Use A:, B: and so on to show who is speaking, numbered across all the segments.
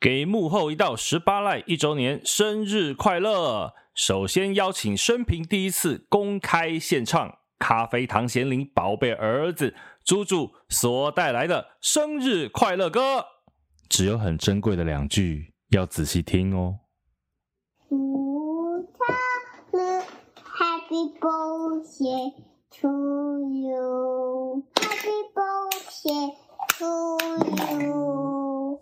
A: 给幕后一道十八赖一周年生日快乐！首先邀请生平第一次公开献唱《咖啡糖贤玲宝贝儿子》猪猪所带来的生日快乐歌，只有很珍贵的两句，要仔细听哦。
B: Ooh, Tyler, happy birthday to you. Happy birthday to you.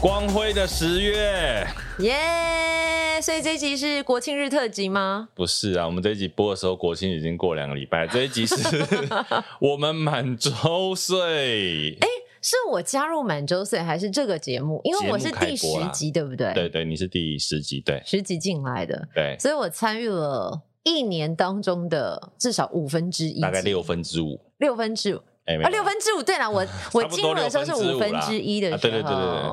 A: 光辉的十月，
C: 耶、所以这一集是国庆日特辑吗？
A: 不是啊，我们这一集播的时候，国庆已经过两个礼拜。这一集是我们满周岁，
C: 是我加入满周岁，还是这个节目？因为我是第
A: 节目开播
C: 十
A: 啦
C: 集，对不对？
A: 对对，你是第十集，对
C: 十集进来的，
A: 对，
C: 所以我参与了一年当中的至少五分之一集，
A: 大概六分之五，
C: 六分之五
A: 哎，没有
C: 啊，六分之五。对 了，我我
A: 差不多
C: 进入的时候是
A: 六分之
C: 五分
A: 五啦
C: 之一的时候，哦
A: 啊对对对对对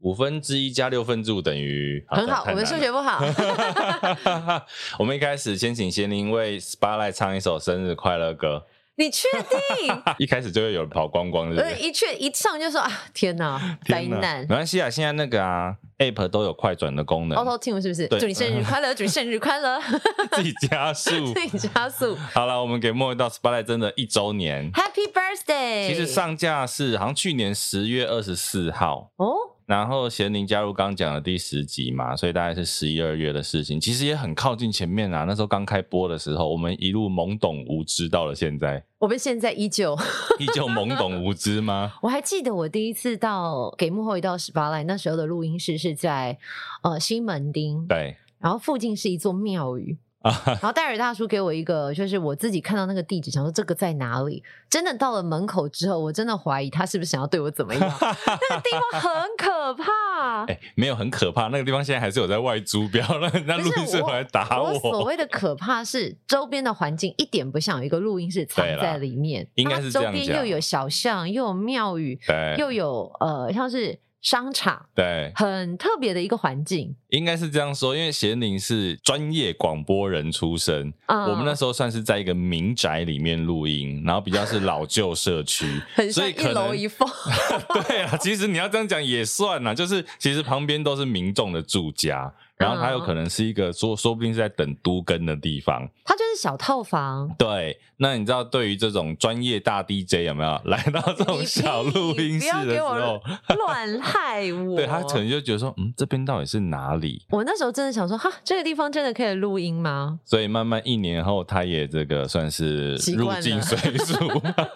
A: 五分之一加六分之五等于
C: 很好，我们数。学不 好。
A: 哈， 我们一开始先请贤玲为 Spotlight 唱一首生日快乐歌，
C: 你确 定？
A: 一开始就会有人跑光光，是不
C: 我
A: 是？
C: 呃一确一上就说啊，天哪，灾
A: 天哪
C: 难
A: 没关系啊，现在那个啊 App 都有快转的功能，
C: ，Auto Tune 是不是？
A: 对
C: 祝你生日快乐，祝你生日快乐，
A: 自己加速
C: 自。己加速。
A: 好了，我们给莫一到 Spotlight 真的一周年，
C: Happy birthday！
A: 其实上架是好像去年十月二十四号，
C: 哦，
A: 然后贤玲加入刚讲的第十集嘛，所以大概是十一二月的事情，其实也很靠近前面啊。那时候刚开播的时候，我们一路懵懂无知到了现在，
C: 我们现在依旧，
A: 依旧懵懂无知吗？
C: 我还记得我第一次到给幕后一到十八来，那时候的录音室是在呃西门町，
A: 对
C: 然后附近是一座庙宇。
A: 啊，
C: 然后戴尔大叔给我一个，就是我自己看到那个地址，想说这个在哪里？真的到了门口之后，我真的怀疑他是不是想要对我怎么样？ 那个地方很可怕。
A: 哎、没有很可怕，那个地方现在还是有在外租，不要让人家
C: 不
A: 录
C: 是
A: 音室回来打
C: 我所
A: 我。
C: 谓的可怕是，周边的环境一点不像有一个录音室藏
A: 对啦
C: 在里面，
A: 应该
C: 它
A: 是这
C: 周
A: 样
C: 边
A: 讲
C: 又有小巷，又有庙宇，
A: 对
C: 又有呃像是商场，
A: 对，
C: 很特别的一个环境。
A: 应该是这样说，因为贤玲是专业广播人出身，
C: 啊，
A: 我们那时候算是在一个民宅里面录音，然后比较是老旧社区
C: 很
A: 所
C: 像
A: 以
C: 一
A: 可
C: 楼
A: 能
C: 一凤，
A: 对啊，其实你要这样讲也算啦，就是其实旁边都是民众的住家，然后它
C: 嗯
A: 有可能是一个说说不定是在等都更的地方。
C: 它就是小套房。
A: 对，那你知道对于这种专业大 DJ 有没有 来到 这种
C: 你
A: 小录音室
C: 不
A: 的时
C: 要给
A: 候
C: 我，乱害我。
A: 对他可能就觉得说，嗯，这边到底是哪里？
C: 我那时候真的想说，哈，这个地方真的可以录音吗？
A: 所以慢慢一年后，他也这个算是
C: 习
A: 入
C: 惯了
A: 境随俗，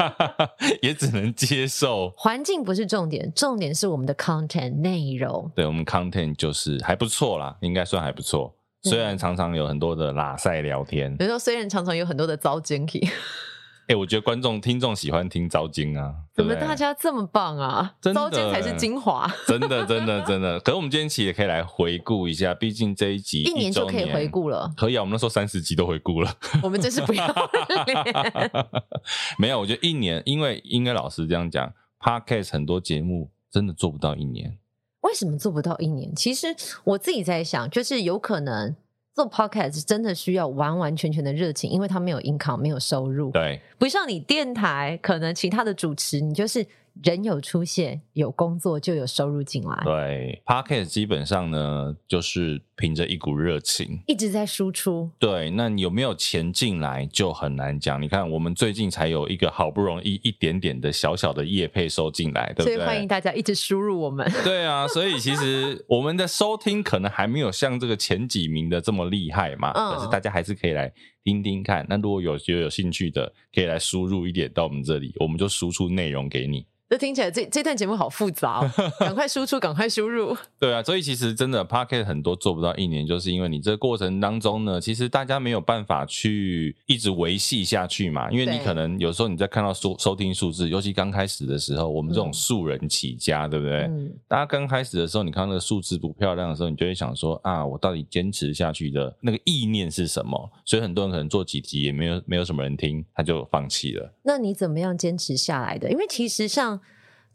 A: 也只能接受。
C: 环境不是重点，重点是我们的 content 内容。
A: 对我们 content 就是还不错啦，应该算还不错。
C: 对
A: 虽然常常有很多的拉塞聊天，
C: 有时候虽然常常有很多的糟践体，
A: 哎、我觉得观众听众喜欢听糟经啊，对
C: 怎
A: 不
C: 么
A: 对
C: 大家这么棒啊？
A: 真的
C: 糟践才是精华，
A: 真的真的真的。可是我们今天其实也可以来回顾一下，毕竟这一集
C: 一年就
A: 周
C: 可以回。顾了。
A: 可以啊，我们那时候三十集都回顾了。
C: 我们真是 不要 脸。
A: 没有，我觉得一年，因为应该老师这样讲，podcast 很多节目真的做不到一年。
C: 为什么做不到一年？其实我自己在想，就是有可能做 podcast 真的需要完完全全的热情，因为它没有 income，没有收入，
A: 对
C: 不像你电台，可能其他的主持你就是人有出现，有工作就有收入进来，
A: 对，podcast 基本上呢，就是凭着一股热情。
C: 一直在输出。
A: 对，那你有没有钱进来就很难讲。你看，我们最近才有一个好不容易一点点的小小的业配收进来，对不
C: 所
A: 对？
C: 以欢迎大家一直输入我们，
A: 对啊，所以其实我们的收听可能还没有像这个前几名的这么厉害嘛，
C: 嗯
A: 可是大家还是可以来听听看。那如果有有有兴趣的，可以来输入一点到我们这里，我们就输出内容给你。
C: 这听起来这这段节目好复杂、 哦，赶快输出，赶快输入。
A: 对啊，所以其实真的 p o c k e t 很多做不到一年，就是因为你这个过程当中呢，其实大家没有办法去一直维系下去嘛，因为你
C: 对
A: 可能有时候你在看到收收听数字，尤其刚开始的时候，我们这种
C: 嗯
A: 素人起家，对不对？
C: 嗯，
A: 大家刚开始的时候，你看到那个数字不漂亮的时候，你就会想说啊，我到底坚持下去的那个意念是什么？所以很多人可能做几集也没有没有什么人听，他就放弃了。
C: 那你怎么样坚持下来的？因为其实像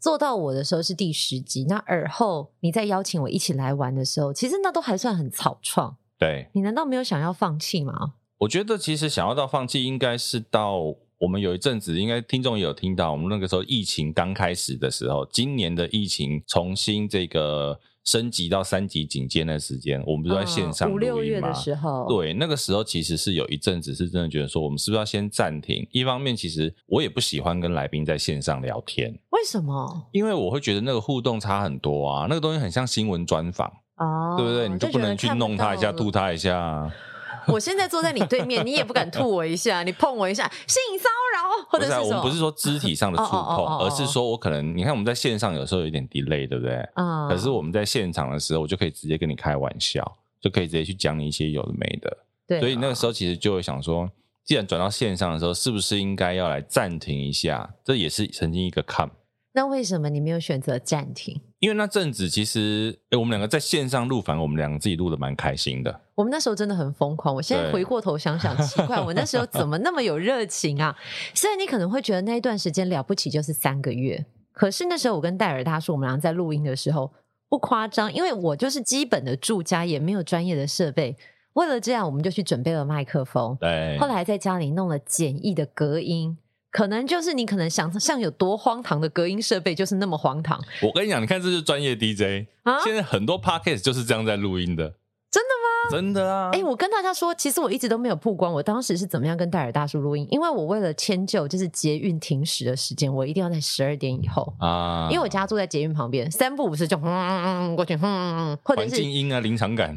C: 做到我的时候是第十集，那而后你再邀请我一起来玩的时候，其实那都还算很草创。
A: 对，
C: 你难道没有想要放弃吗？
A: 我觉得其实想要到放弃，应该是到我们有一阵子，应该听众也有听到，我们那个时候疫情刚开始的时候，今年的疫情重新这个升级到三级警戒那时间，我们不是在线上
C: 嗯五六
A: 录音
C: 月的
A: 吗
C: 时候，，
A: 对，那个时候其实是有一阵子是真的觉得说，我们是不是要先暂停？一方面，其实我也不喜欢跟来宾在线上聊天，
C: 为什么
A: 因为我会觉得那个互动差很多啊，那个东西很像新闻专访，
C: 哦，
A: 对不对？你就不能去弄他一下、吐
C: 肚。
A: 他一下啊。
C: 我现在坐在你对面，你也不敢吐我一下，你碰我一下，性骚扰或
A: 不是、
C: 者什
A: 啊，
C: 么？
A: 我们不是说肢体上的触
C: 哦哦哦哦
A: 碰，
C: 哦
A: 而是说我可能你看我们在线上有时候有点 delay，对不对？
C: 嗯，
A: 可是我们在现场的时候，我就可以直接跟你开玩笑，就可以直接去讲你一些有的没的。
C: 对啊，
A: 所以那个时候其实就会想说，既然转到线上的时候，是不是应该要来暂停一下？这也是曾经一个坎，
C: 那为什么你没有选择暂停？
A: 因为那阵子其实，诶我们两个在线上录，反正我们两个自己录的蛮开心的。
C: 我们那时候真的很疯狂，我现在
A: 对
C: 回过头想想，奇怪，我那时候怎么那么有热情啊？虽然你可能会觉得那一段时间了不起就是三个月，可是那时候我跟戴尔他说，我们俩在录音的时候不夸张，因为我就是基本的住家，也没有专业的设备，为了这样我们就去准备了麦克风，
A: 对，
C: 后来在家里弄了简易的隔音。可能就是你可能想象有多荒唐的隔音设备，就是那么荒唐
A: 我跟你讲，你看这就是专业 DJ，、
C: 啊！
A: 现在很多 podcast 就是这样在录音的。
C: 真
A: 的吗？真的啊！
C: 哎、我跟大家说，其实我一直都没有曝光我当时是怎么样跟戴尔大叔录音，因为我为了迁就就是捷运停驶的时间，我一定要在十二点以后，
A: 啊，
C: 因为我家住在捷运旁边，三不五时就轰、嗯、过去，轰、嗯，或者
A: 环
C: 是
A: 境，音啊，临场感，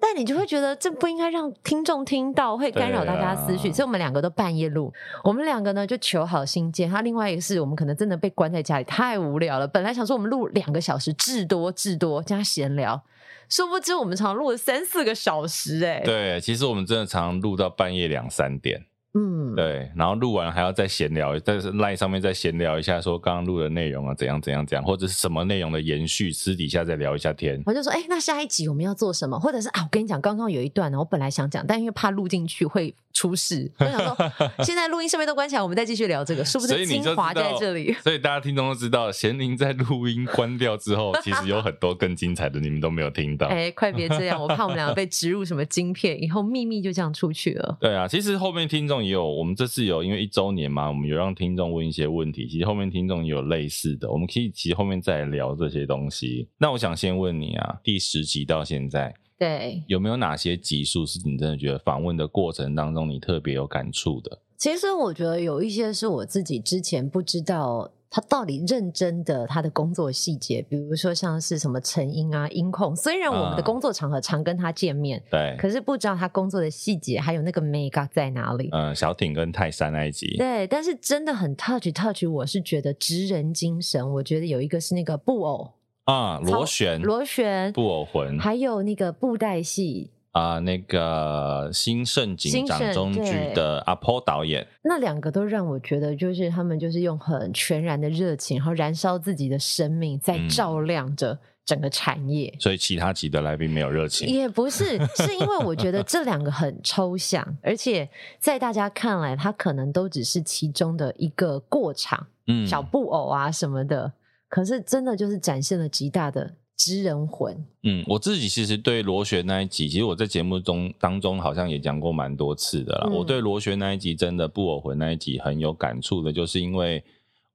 C: 但你就会觉得这不应该让听众听到，会干扰大家思绪，
A: 对啊
C: 所以我们两个都半夜录，我们两个呢就求好心切，他另外一个是我们可能真的被关在家里太无聊了，本来想说我们录两个小时至多至多加闲聊，殊不知我们常录了三四个小时、哎，，
A: 对，其实我们真的常录到半夜两三点。
C: 嗯，
A: 对，然后录完还要再闲聊，在 line 上面再闲聊一下，说刚刚录的内容啊，怎样怎样怎样，或者是什么内容的延续，私底下再聊一下天。
C: 我就说，哎、那下一集我们要做什么？或者是啊，我跟你讲，刚刚有一段呢，啊我本来想讲，但因为怕录进去会出事，我想 说，现在录音设备都关起来，我们再继续聊这个，是不
A: 所以
C: 是
A: 你
C: 精
A: 就知
C: 华
A: 道
C: 就在这里？
A: 所以大家听众都知道，贤玲在录音关掉之后，其实有很多更精彩的，你们都没有听到。
C: 哎、快别这样，我怕我们两个被植入什么晶片，以后秘密就这样出去了。
A: 对啊，其实后面听众也有，我们这次有因为一周年嘛，我们有让听众问一些问题，其实后面听众也有类似的，我们可以其实后面再来聊这些东西。那我想先问你啊，第十集到现在，
C: 对，
A: 有没有哪些集数是你真的觉得访问的过程当中你特别有感触的？
C: 其实我觉得有一些是我自己之前不知道。他到底认真的他的工作细节，比如说像是什么成因啊、音控，虽然我们的
A: 啊
C: 工作场合常跟他见面，
A: 对，
C: 可是不知道他工作的细节，还有那个 mega 在哪里。
A: 嗯，小挺跟泰山那一集，
C: 对，但是真的很 touch touch，我是觉得职人精神，我觉得有一个是那个布偶
A: 啊，螺旋、
C: 螺旋，
A: 布偶魂
C: 还有那个布袋戏，
A: 啊、那个新盛景
C: 新
A: 掌
C: 盛
A: 中剧
C: 对
A: 的阿波导演，
C: 那两个都让我觉得，就是他们就是用很全然的热情，然后燃烧自己的生命，在
A: 嗯
C: 照亮着整个产业。
A: 所以其他集的来宾没有热情。
C: 也不是，是因为我觉得这两个很抽象，而且在大家看来，它可能都只是其中的一个过场。
A: 嗯
C: 小布偶啊什么的，可是真的就是展现了极大的知人魂。
A: 嗯，我自己其实对螺旋那一集，其实我在节目中当中好像也讲过蛮多次的啦。
C: 嗯
A: 我对螺旋那一集真的布偶魂那一集很有感触的，就是因为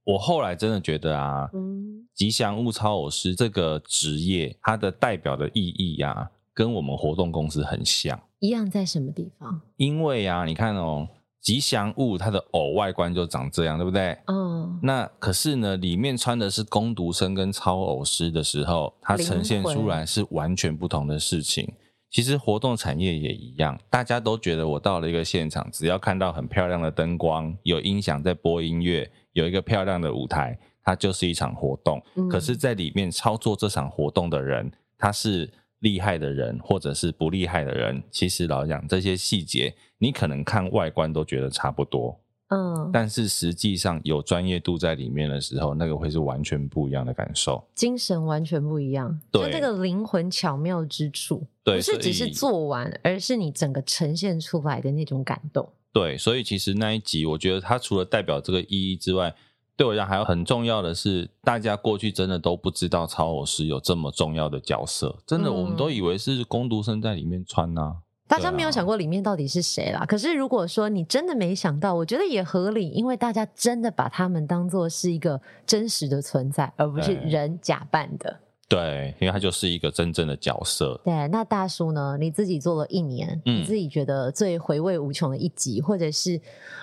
A: 我后来真的觉得啊，
C: 嗯，
A: 吉祥物超偶师这个职业，它的代表的意义啊，跟我们活动公司很像。
C: 一样在什么地方？
A: 因为啊，你看哦，吉祥物它的偶外观就长这样，对不对？
C: 嗯，
A: 那可是呢，里面穿的是工读生跟超偶师的时候，它呈现出来是完全不同的事情。其实活动产业也一样，大家都觉得我到了一个现场，只要看到很漂亮的灯光、有音响在播音乐、有一个漂亮的舞台，它就是一场活动。
C: 嗯
A: 可是，在里面操作这场活动的人，他是厉害的人，或者是不厉害的人，其实老实讲这些细节，你可能看外观都觉得差不多，
C: 嗯，
A: 但是实际上有专业度在里面的时候，那个会是完全不一样的感受。
C: 精神完全不一样，
A: 对
C: 就那个灵魂巧妙之处，
A: 对
C: 不是只是
A: 所以
C: 做完，而是你整个呈现出来的那种感动。
A: 对，所以其实那一集，我觉得它除了代表这个意义之外，对我来讲还有很重要的是，大家过去真的都不知道超偶师有这么重要的角色，真的
C: 嗯
A: 我们都以为是工读生在里面穿呐、啊
C: 大家没有想过里面到底是谁啦。可是如果说你真的没想到，我觉得也合理，因为大家真的把他们当做是一个真实的存在，而不是
A: 对
C: 人假扮的。
A: 对，因为他就是一个真正的角色。
C: 对，那大叔呢？你自己做了一年，
A: 嗯
C: 你自己觉得最回味无穷的一集，或者是，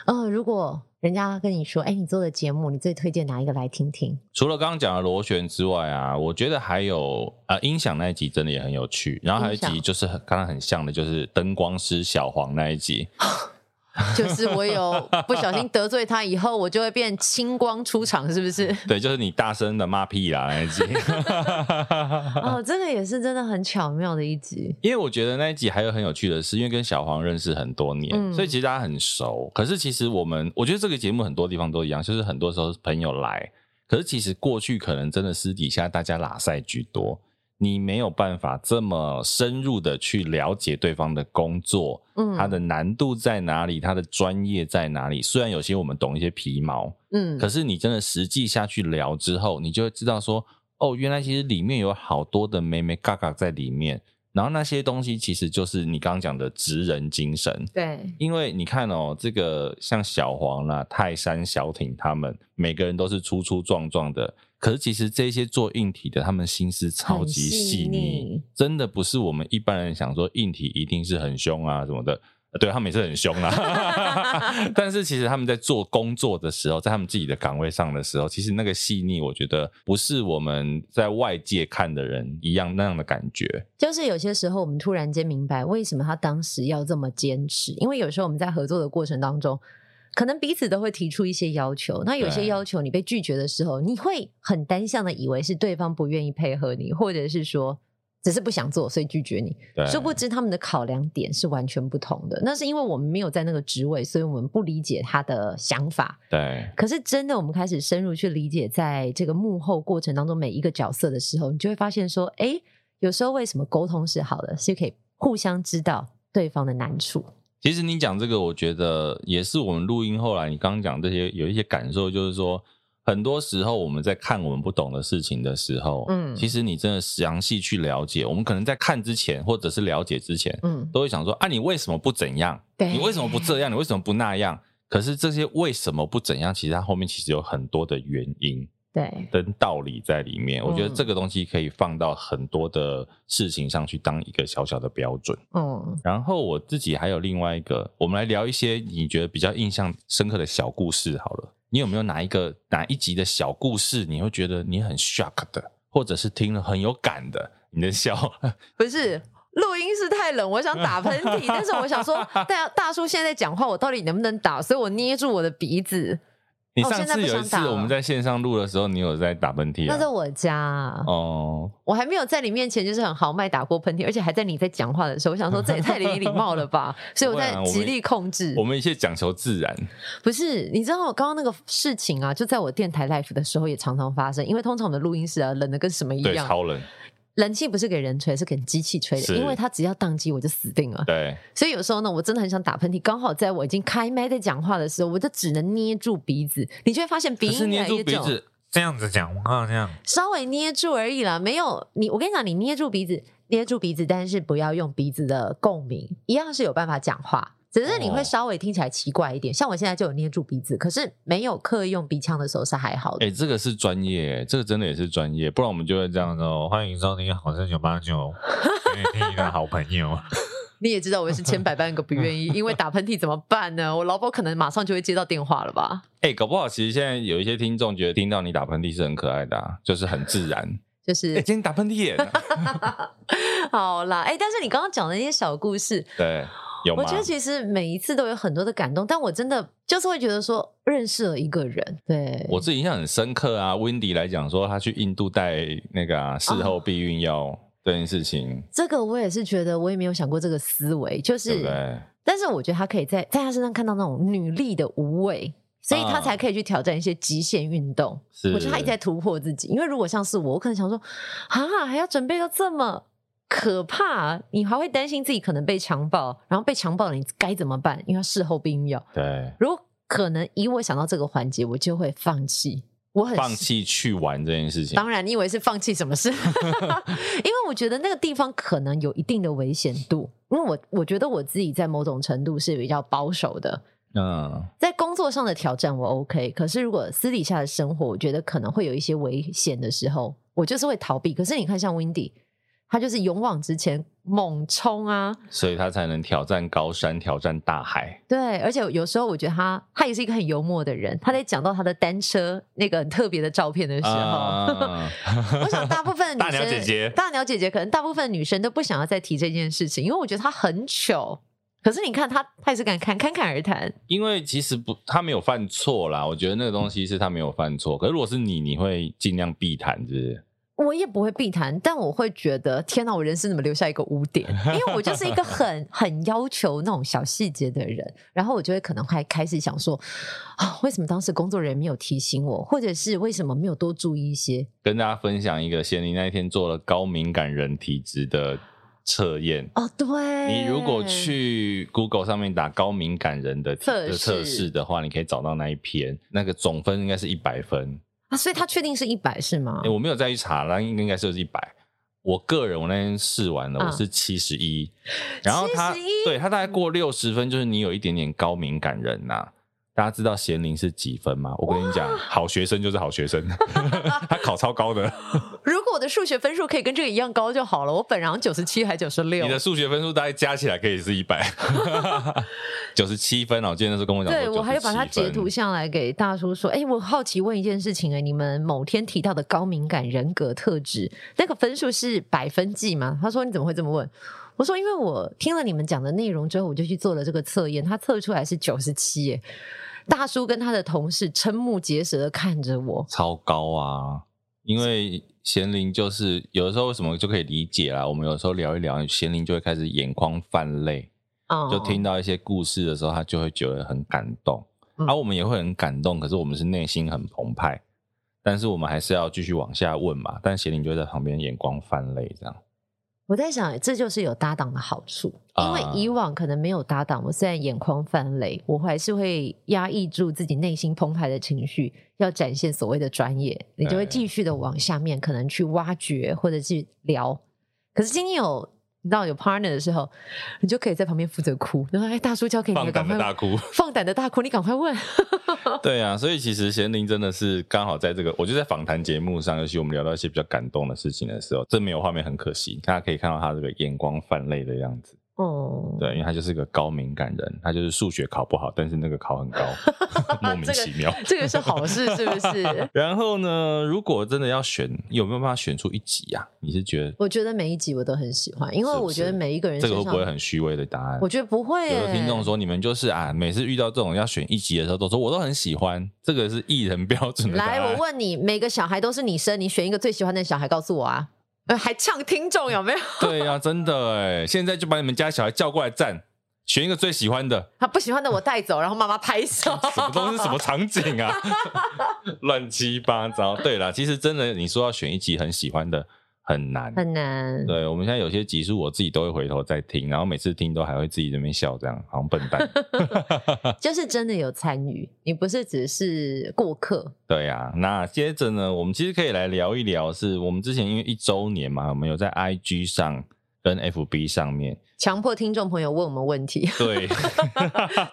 C: 呃，如果人家跟你说，哎，你做的节目，你最推荐哪一个来听听？
A: 除了刚刚讲的螺旋之外啊，我觉得还有呃音响那一集真的也很有趣，然后还有一
C: 音
A: 集
C: 响
A: 就是很刚刚很像的，就是灯光师小黄那一集。
C: 就是我有不小心得罪他以后，我就会变清光出场，是不是？
A: 对，就是你大声的骂屁啦那一集。
C: 哦，这个也是真的很巧妙的一集。
A: 因为我觉得那一集还有很有趣的是，因为跟小黄认识很多年，
C: 嗯
A: 所以其实大家很熟。可是其实我们，我觉得这个节目很多地方都一样，就是很多时候是朋友来，可是其实过去可能真的私底下大家拉塞居多，你没有办法这么深入的去了解对方的工作，
C: 嗯，
A: 它的难度在哪里，它的专业在哪里。虽然有些我们懂一些皮毛，
C: 嗯，
A: 可是你真的实际下去聊之后，你就会知道说，哦，原来其实里面有好多的美美嘎嘎在里面，然后那些东西其实就是你刚刚讲的职人精神。
C: 对，
A: 因为你看哦，这个像小黄啦、泰山、小挺他们，每个人都是粗粗壮壮的，可是其实这些做硬体的，他们心思超级细
C: 很细
A: 腻
C: 腻，
A: 真的不是我们一般人想说硬体一定是很凶啊什么的。呃对他们也是很凶 啦，但是其实他们在做工作的时候，在他们自己的岗位上的时候，其实那个细腻，我觉得不是我们在外界看的人一样那样的感觉。
C: 就是有些时候我们突然间明白为什么他当时要这么坚持，因为有时候我们在合作的过程当中，可能彼此都会提出一些要求，那有些
A: 对
C: 要求你被拒绝的时候，你会很单向的以为是对方不愿意配合你，或者是说。只是不想做，所以拒绝你。
A: 对，
C: 殊不知他们的考量点是完全不同的。那是因为我们没有在那个职位，所以我们不理解他的想法。
A: 对，
C: 可是真的，我们开始深入去理解，在这个幕后过程当中每一个角色的时候，你就会发现说，哎，有时候为什么沟通是好的，是可以互相知道对方的难处。
A: 其实你讲这个，我觉得也是我们录音后来你刚刚讲这些有一些感受，就是说很多时候我们在看我们不懂的事情的时候，嗯，
C: 嗯
A: 其实你真的详细去了解，我们可能在看之前或者是了解之前，
C: 嗯，
A: 都会想说啊，你为什么不怎样？
C: 对
A: 你为什么不这样？你为什么不那样？可是这些为什么不怎样，其实它后面其实有很多的原因
C: 对，
A: 跟道理在里面。我觉得
C: 嗯
A: 这个东西可以放到很多的事情上去当一个小小的标准。
C: 嗯，
A: 然后我自己还有另外一个，我们来聊一些你觉得比较印象深刻的小故事好了。你有没有哪一个哪一集的小故事，你会觉得你很 shock 的，或者是听了很有感的？你的笑，
C: 不是。录音室太冷，我想打喷嚏，但是我想说，大大叔现在在讲话，我到底能不能打？所以我捏住我的鼻子。
A: 你
C: 哦
A: 上
C: 现在
A: 次
C: 不
A: 有一
C: 想
A: 次
C: 打了
A: 我们在线上录的时候，你有在打喷嚏
C: 那在
A: 啊？
C: 我家啊，
A: 哦，
C: 我还没有在你面前就是很豪迈打过喷嚏，而且还在你在讲话的时候，我想说这也太没礼貌了吧，所以我
A: 啊
C: 在极力控制
A: 我。们一切讲求自然，
C: 不是，你知道我刚刚那个事情啊，就在我电台 live 的时候也常常发生，因为通常我们的录音室啊冷的跟什么一
A: 对，
C: 样，
A: 超人，
C: 冷气不是给人吹，是给机器吹的，
A: 是
C: 因为它只要宕机我就死定了。
A: 对，
C: 所以有时候呢，我真的很想打喷嚏，刚好在我已经开麦在讲话的时候，我就只能捏住鼻子，你就会发现鼻
A: 可是
C: 音越
A: 捏
C: 来
A: 住
C: 越
A: 鼻
C: 重。
A: 子，
D: 这样子讲啊，这样
C: 稍微捏住而已啦，没有你，我跟你讲，你捏住鼻子，捏住鼻子，但是不要用鼻子的共鸣，一样是有办法讲话，只是你
A: 哦
C: 会稍微听起来奇怪一点。像我现在就有捏住鼻子，可是没有刻意用鼻腔的时候是还好的。
A: 哎、这个是专业，这个真的也是专业，不然我们就会这样
D: 样
A: 子
D: 子哦。欢迎收听好声九八九，给你听一个好朋友。
C: 你也知道我是千百万个不愿 意，因为打喷嚏怎么办呢？我老婆可能马上就会接到电话了吧？
A: 哎、搞不好其实现在有一些听众觉得听到你打喷嚏是很可爱的、啊，就是很自然。
C: 就
A: 哎、
C: 是
A: 今天打喷嚏耶！
C: 好啦，哎、但是你刚刚讲的那些小故事，
A: 对，有吗？
C: 我觉得其实每一次都有很多的感动，但我真的就是会觉得说认识了一个人，对
A: 我自己印象很深刻啊。Wendy 来讲说，他去印度带那个、
C: 哦
A: 啊、事后避孕药这件事情，
C: 这个我也是觉得，我也没有想过这个思维，就
A: 对
C: 是，
A: 不对？
C: 但是我觉得他可以在在他身上看到那种女力的无畏，所以他
A: 啊
C: 才可以去挑战一些极限运动。
A: 是
C: 我觉得他一直在突破自己，因为如果像是我，我可能想说，啊，还要准备到这么可怕，你还会担心自己可能被强暴，然后被强暴了你该怎么办？因为他事后避孕药，
A: 对，
C: 如果可能以我想到这个环节，我就会放弃。我很
A: 放弃去玩这件事情。
C: 当然，你以为是放弃什么事？因 为我觉得那个地方可能有一定的危险度，因为我我觉得我自己在某种程度是比较保守的，
A: 嗯，
C: 在工作上的挑战我 OK，可是如果私底下的生活，我觉得可能会有一些危险的时候，我就是会逃避。可是你看，像 w i n d y 他就是勇往直前，猛冲啊！
A: 所以他才能挑战高山，挑战大海。
C: 对，而且有时候我觉得他，他也是一个很幽默的人。他在讲到他的单车那个很特别的照片的时候，
A: 啊
C: 我想大部分的女生
A: 大鸟姐姐
C: 大鸟姐姐可能大部分女生都不想要再提这件事情，因为我觉得她很糗。可是你看她，她也是敢侃侃侃而谈。
A: 因为其实不，他没有犯错啦。我觉得那个东西是他没有犯错。可是如果是你，你会尽量避谈，是不是？
C: 我也不会避谈，但我会觉得天哪，我人生怎么留下一个污点？因为我就是一个很 很要求那种小细节的人，然后我就会可能还开始想说 啊，为什么当时工作人员没有提醒我，或者是为什么没有多注意一些？
A: 跟大家分享一个，贤玲那一天做了高敏感人体质的测验。
C: 哦，对，
A: 你如果去 Google 上面打高敏感人的体
C: 嗯测
A: 的
C: 试
A: 测试的话，你可以找到那一篇，那个总分应该是一百分。
C: 啊，所以他确定是一百是吗？
A: 欸我没有再去查，那应应该是一百。我个人我那天试完了，
C: 嗯
A: 我是七十一，然后他
C: 71
A: 对他大概过六十分，就是你有一点点高敏感人呐、大家知道贤玲是几分吗？我跟你讲，好学生就是好学生， 他考超高的。
C: 如果我的数学分数可以跟这个一样高就好了，我本来九十七还九十六
A: 你，的数学分数大概加起来可以是一百， 九十七分哦。我记得那时候跟我讲说97
C: 对
A: 分，
C: 我还有把它截图下来给大叔说，哎、我好奇问一件事情哎、你们某天提到的高敏感人格特质，那个分数是百分计吗？他说你怎么会这么问？我说因为我听了你们讲的内容之后，我就去做了这个测验，他测出来是九十七耶。大叔跟他的同事瞠目结舌的看着我，
A: 超高啊！因为贤玲就是有的时候为什么就可以理解啦，我们有时候聊一聊，贤玲就会开始眼眶泛泪，
C: 哦、
A: 就听到一些故事的时候，她就会觉得很感动，
C: 嗯
A: 而、我们也会很感动，可是我们是内心很澎湃，但是我们还是要继续往下问嘛。但贤玲就会在旁边眼光泛泪这样。
C: 我在想，这就是有搭档的好处，因为
A: 啊
C: 以往可能没有搭档，我虽然眼眶泛泪，我还是会压抑住自己内心澎湃的情绪，要展现所谓的专业，你就
A: 对
C: 会继续的往下面可能去挖掘或者是聊。可是今天有你知道有 partner 的时候，你就可以在旁边负责哭，然后哎，大叔交给你了，赶快
A: 哭，
C: 放胆的大哭，你赶快问。
A: 对啊，所以其实贤玲真的是刚好在这个，我就在访谈节目上，尤其我们聊到一些比较感动的事情的时候，这没有画面很可惜，大家可以看到他这个眼光泛泪的样子。
C: 哦，
A: 对，因为他就是个高敏感人，他就是数学考不好，但是那个考 很高，莫名其妙。？
C: 这个是好事，是不是
A: 然后呢，如果真的要选，有没有办法选出一集啊？你是觉得
C: 我觉得每一集我都很喜欢，因为
A: 是不
C: 我觉得
A: 是
C: 每一个人
A: 这个会
C: 身
A: 不
C: 上
A: 会很虚伪的答案？
C: 我觉得不会、欸
A: 有
C: 耶
A: 的听众说，你们就是啊，每次遇到这种要选一集的时候，都说我都很喜欢，这个是艺人标准的答
C: 来，
A: 案。
C: 我问你，每个小孩都是你生，你选一个最喜欢的小孩告诉我啊！呃，还呛听众有没 有？
A: 对呀、真的哎，现在就把你们家小孩叫过来站，选一个最喜欢的，
C: 他不喜欢的我带走，然后妈妈拍手。
A: 什么东西什么场景啊，乱七八糟。对啦，其实真的，你说要选一集很喜欢的很难。
C: 很难。
A: 对，我们现在有些集数我自己都会回头再听，然后每次听都还会自己这边笑，这样好像笨 蛋。啊
C: 就是真的有参与，你不是只是过客。
A: 对呀、那接着呢，我们其实可以来聊一聊是，我们之前因为一周年嘛，我们有在 IG 上跟 FB 上面，
C: 强迫听众朋友问我们问题，
A: 对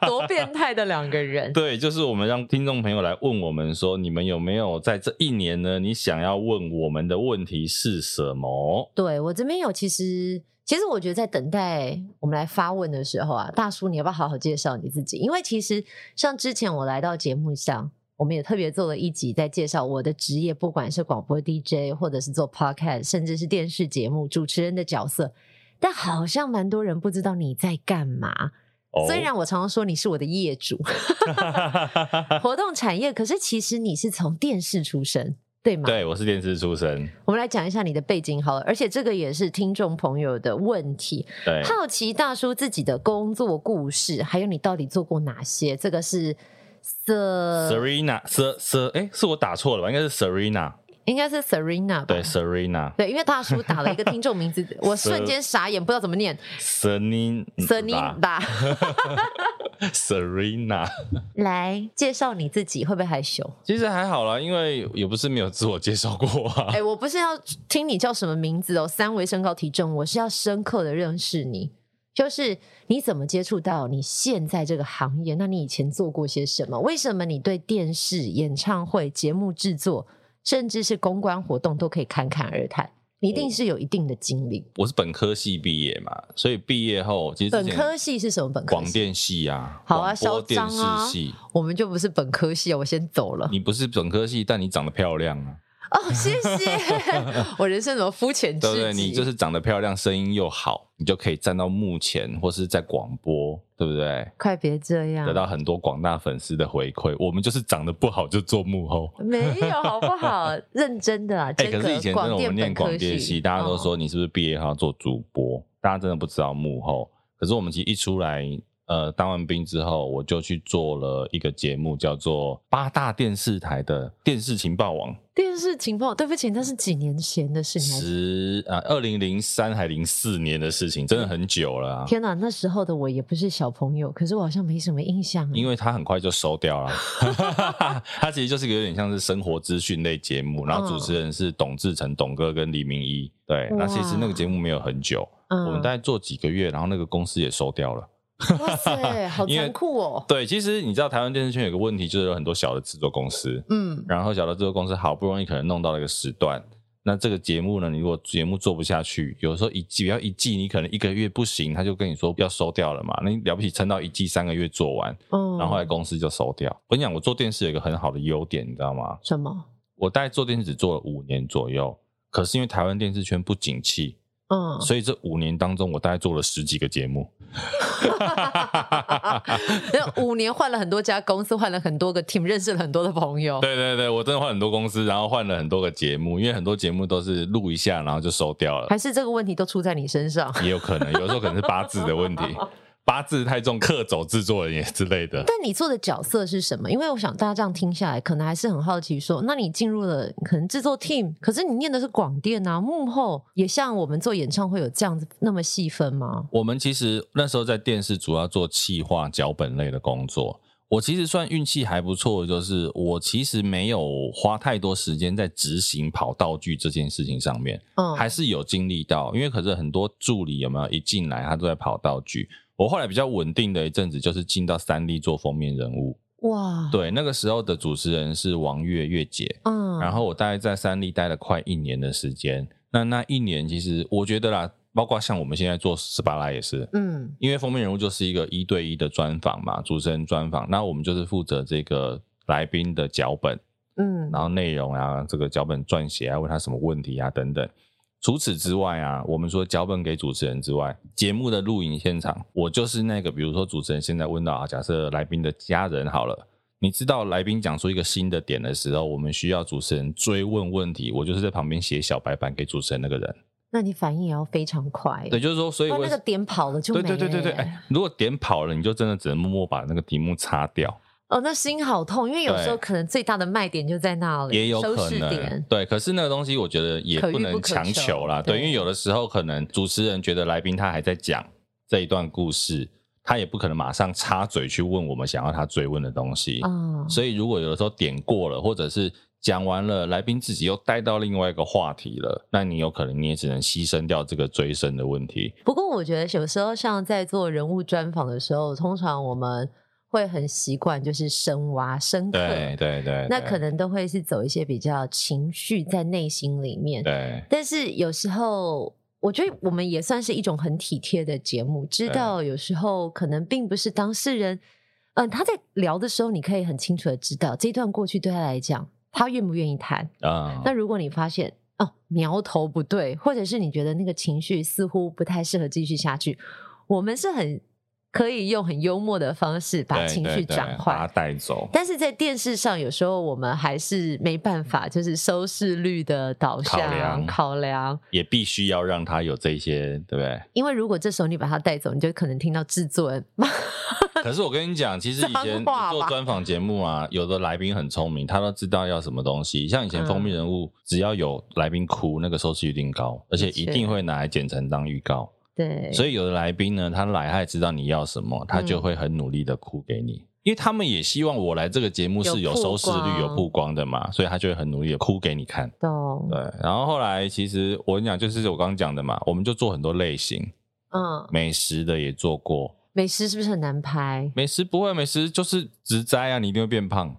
C: 多变态的两个人！
A: 对，就是我们让听众朋友来问我们说，你们有没有在这一年呢？你想要问我们的问题是什么？
C: 对我这边有，其实其实我觉得在等待我们来发问的时候啊，大叔你要不要好好介绍你自己？因为其实像之前我来到节目上，我们也特别做了一集在介绍我的职业，不管是广播 DJ，或者是做 podcast，甚至是电视节目主持人的角色。但好像蛮多人不知道你在干嘛。
A: 哦
C: 虽然我常常说你是我的业主，活动产业，可是其实你是从电视出身，对吗？
A: 对我是电视出身，
C: 我们来讲一下你的背景好了，而且这个也是听众朋友的问题，
A: 对，
C: 好奇大叔自己的工作故事，还有你到底做过哪些？这个是
A: Serena，Ser Ser，哎、是我打错了吧？应该是 Serena，
C: 应该是 Serena 吧？
A: 对，Serena
C: 对因为大叔打了一个听众名字，我瞬间傻眼，不知道怎么念
A: Serena
C: Serena。
A: Serena，
C: 来介绍你自己，会不会害羞？
A: 其实还好啦，因为也不是没有自我介绍过啊
C: 哎、。我不是要听你叫什么名字哦，三维身高体重，我是要深刻的认识你，就是你怎么接触到你现在这个行业？那你以前做过些什么？为什么你对电视、演唱会、节目制作，甚至是公关活动都可以侃侃而谈？你一定是有一定的经历。
A: 我是本科系毕业嘛，所以毕业后其实之
C: 本
A: 前
C: 科系是什么本科系？
A: 广电系啊，
C: 好啊
A: 广播
C: 嚣张
A: 电视
C: 啊
A: 系。
C: 我们就不是本科系哦，我先走了。
A: 你不是本科系，但你长得漂亮啊，
C: 哦，谢谢。 我人生怎么肤浅至
A: 对
C: 极？
A: 不对？你就是长得漂亮，声音又好，你就可以站到幕前或是在广播，对不对？
C: 快别这样，
A: 得到很多广大粉丝的回馈。我们就是长得不好就做幕后。
C: 没有，好不好？认真的啊，
A: 哎、
C: 真
A: 可
C: 的。
A: 是以 前真的我们念广
C: 本科哦
A: 电系，哦大家都说你是不是毕业后要做主播？大家真的不知道幕后。可是我们其实一出来，呃，当完兵之后，我就去做了一个节目，叫做八大电视台的电视情报网，
C: 电视情报，对不起，那是几年前的事，你还
A: 十啊，二零零三还零四年的事情，真的很久了、啊。
C: 天哪，那时候的我也不是小朋友，可是我好像没什么印象。
A: 因
C: 为
A: 为它很快就收掉了， 它其实就是个有点像是生活资讯类节目，然后主持人是董志成、董哥跟李明一。对，那其实那个节目没有很久，
C: 嗯
A: 我们大概做几个月，然后那个公司也收掉了。
C: 哇塞，好残酷哦。
A: 对，其实你知道台湾电视圈有个问题，就是有很多小的制作公司，
C: 嗯，
A: 然后小的制作公司好不容易可能弄到了一个时段，那这个节目呢，你如果节目做不下去，有时候一季要一季，你可能一个月不行，他就跟你说要收掉了嘛，那你了不起撑到一季三个月做完，
C: 嗯
A: 然后后来公司就收掉。我跟你讲，我做电视有一个很好的优点，你知道吗？
C: 什么？
A: 我大概做电视只做了五年左右，可是因为台湾电视圈不景气，
C: 嗯，
A: 所以这五年当中，我大概做了十几个节目。
C: 那五年换了很多家公司，换了很多个 team，认识了很多的朋友。
A: 对对对，我真的换很多公司，然后换了很多个节目，因为很多节目都是录一下，然后就收掉了，
C: 还是这个问题都出在你身上，
A: 也有可能，有时候可能是八字的 问题，八字太重，克走制作人也之类的。
C: 但你做的角色是什么？因为我想大家这样听下来，可能还是很好奇说，那你进入了可能制作 team，可是你念的是广电啊，幕后也像我们做演唱会有这样子那么细分吗？
A: 我们其实那时候在电视主要做企划、脚本类的工作。我其实算运气还不错，就是我其实没有花太多时间在执行跑道具这件事情上面，
C: 嗯，
A: 还是有经历到。因为可是很多助理有没有一进来，他都在跑道具。我后来比较稳定的一阵子，就是进到三立做封面人物。
C: 哇，，
A: 对，那个时候的主持人是王月月姐，
C: 嗯，
A: 然后我大概在三立待了快一年的时间。那那一年，其实我觉得啦，包括像我们现在做斯巴拉也是，
C: 嗯
A: 因为封面人物就是一个一对一的专访嘛，主持人专访，那我们就是负责这个来宾的脚本，
C: 嗯，
A: 然后内容啊，这个脚本撰写啊，问他什么问题啊等等。除此之外啊，我们说脚本给主持人之外，节目的录影现场，我就是那个，比如说主持人现在问到啊，假设来宾的家人好了，你知道来宾讲出一个新的点的时候，我们需要主持人追问问题，我就是在旁边写小白板给主持人那个人。
C: 那你反应也要非常快，
A: 对，就是说，所以
C: 不
A: 我
C: 然那个点跑了就没
A: 对
C: 了耶。
A: 对对对对，哎，如果点跑了，你就真的只能默默把那个题目擦掉，
C: 哦，那心好痛，因为有时候
A: 对
C: 可能最大的卖点就在那里，
A: 也有
C: 收
A: 可
C: 视
A: 能
C: 点。
A: 对，可是那个东西我觉得也
C: 可遇
A: 不能
C: 不可
A: 强
C: 求
A: 求啦，对，
C: 对
A: 因为有的时候可能主持人觉得来宾他还在讲这一段故事，他也不可能马上插嘴去问我们想要他追问的东西，
C: 啊，
A: 所以如果有的时候点过了，或者是。讲完了，来宾自己又带到另外一个话题了，那你有可能你也只能牺牲掉这个追声的问题。
C: 不过我觉得有时候像在做人物专访的时候，通常我们会很习惯就是深挖深刻，
A: 对对对，
C: 那
A: 对
C: 可能都会是走一些比较情绪在内心里面。
A: 对
C: 但是有时候，我觉得我们也算是一种很体贴的节目，知道有时候可能并不是当事人，嗯、他在聊的时候，你可以很清楚的知道这一段过去对他来讲，他愿不愿意谈。
A: 啊，
C: 那如果你发现哦苗头不对，或者是你觉得那个情绪似乎不太适合继续下去，我们是很可以用很幽默的方式把
A: 对
C: 情
A: 对
C: 绪
A: 对
C: 转
A: 把它
C: 换。
A: 带走。
C: 但是在电视上，有时候我们还是没办法，就是收视率的导向
A: 嗯考量
C: 嗯考量
A: 也必须要让他有这些，对不对？
C: 因为如果这时候你把它带走，你就可能听到制作人 骂
A: 可是我跟你讲，其实以前
C: 脏话吧
A: 做专访节目啊，有的来宾很聪明，他都知道要什么东西。像以前
C: 嗯
A: 封面人物，只要有来宾哭，那个收视率一定高，而且一定会拿来剪成当预告。
C: 对，嗯
A: 所
C: 以
A: 以有的来宾呢，他来他也知道你要什么，他就会很努力的哭给你，因为他们也希望我来这个节目是有收视率、有
C: 有曝光
A: 曝光的嘛，所以他就会很努力的哭给你看。
C: 懂，
A: 对，然后后来其实我跟你讲，就是我刚刚讲的嘛，我们就做很多类型，
C: 嗯，
A: 美食的也做过，
C: 美食是不是很难拍？
A: 美食不会，美食就是植栽啊，你一定会变胖。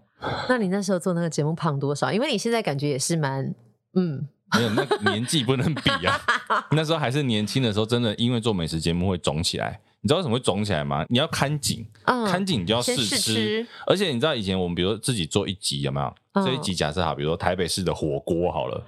C: 那你那时候做那个节目胖多少？因为你现在感觉也是蛮，嗯，
A: 没有，那年纪不能比 啊。那时候还是年轻的时候，真的因为做美食节目会肿起来。你知道为什么会肿起来吗？你要看景，
C: 嗯
A: 看景你就要
C: 先
A: 试
C: 试
A: 吃
C: 吃。
A: 而且你知道以前我们比如说自己做一集有没有？
C: 嗯
A: 这一集假设好，比如说台北市的火锅好了，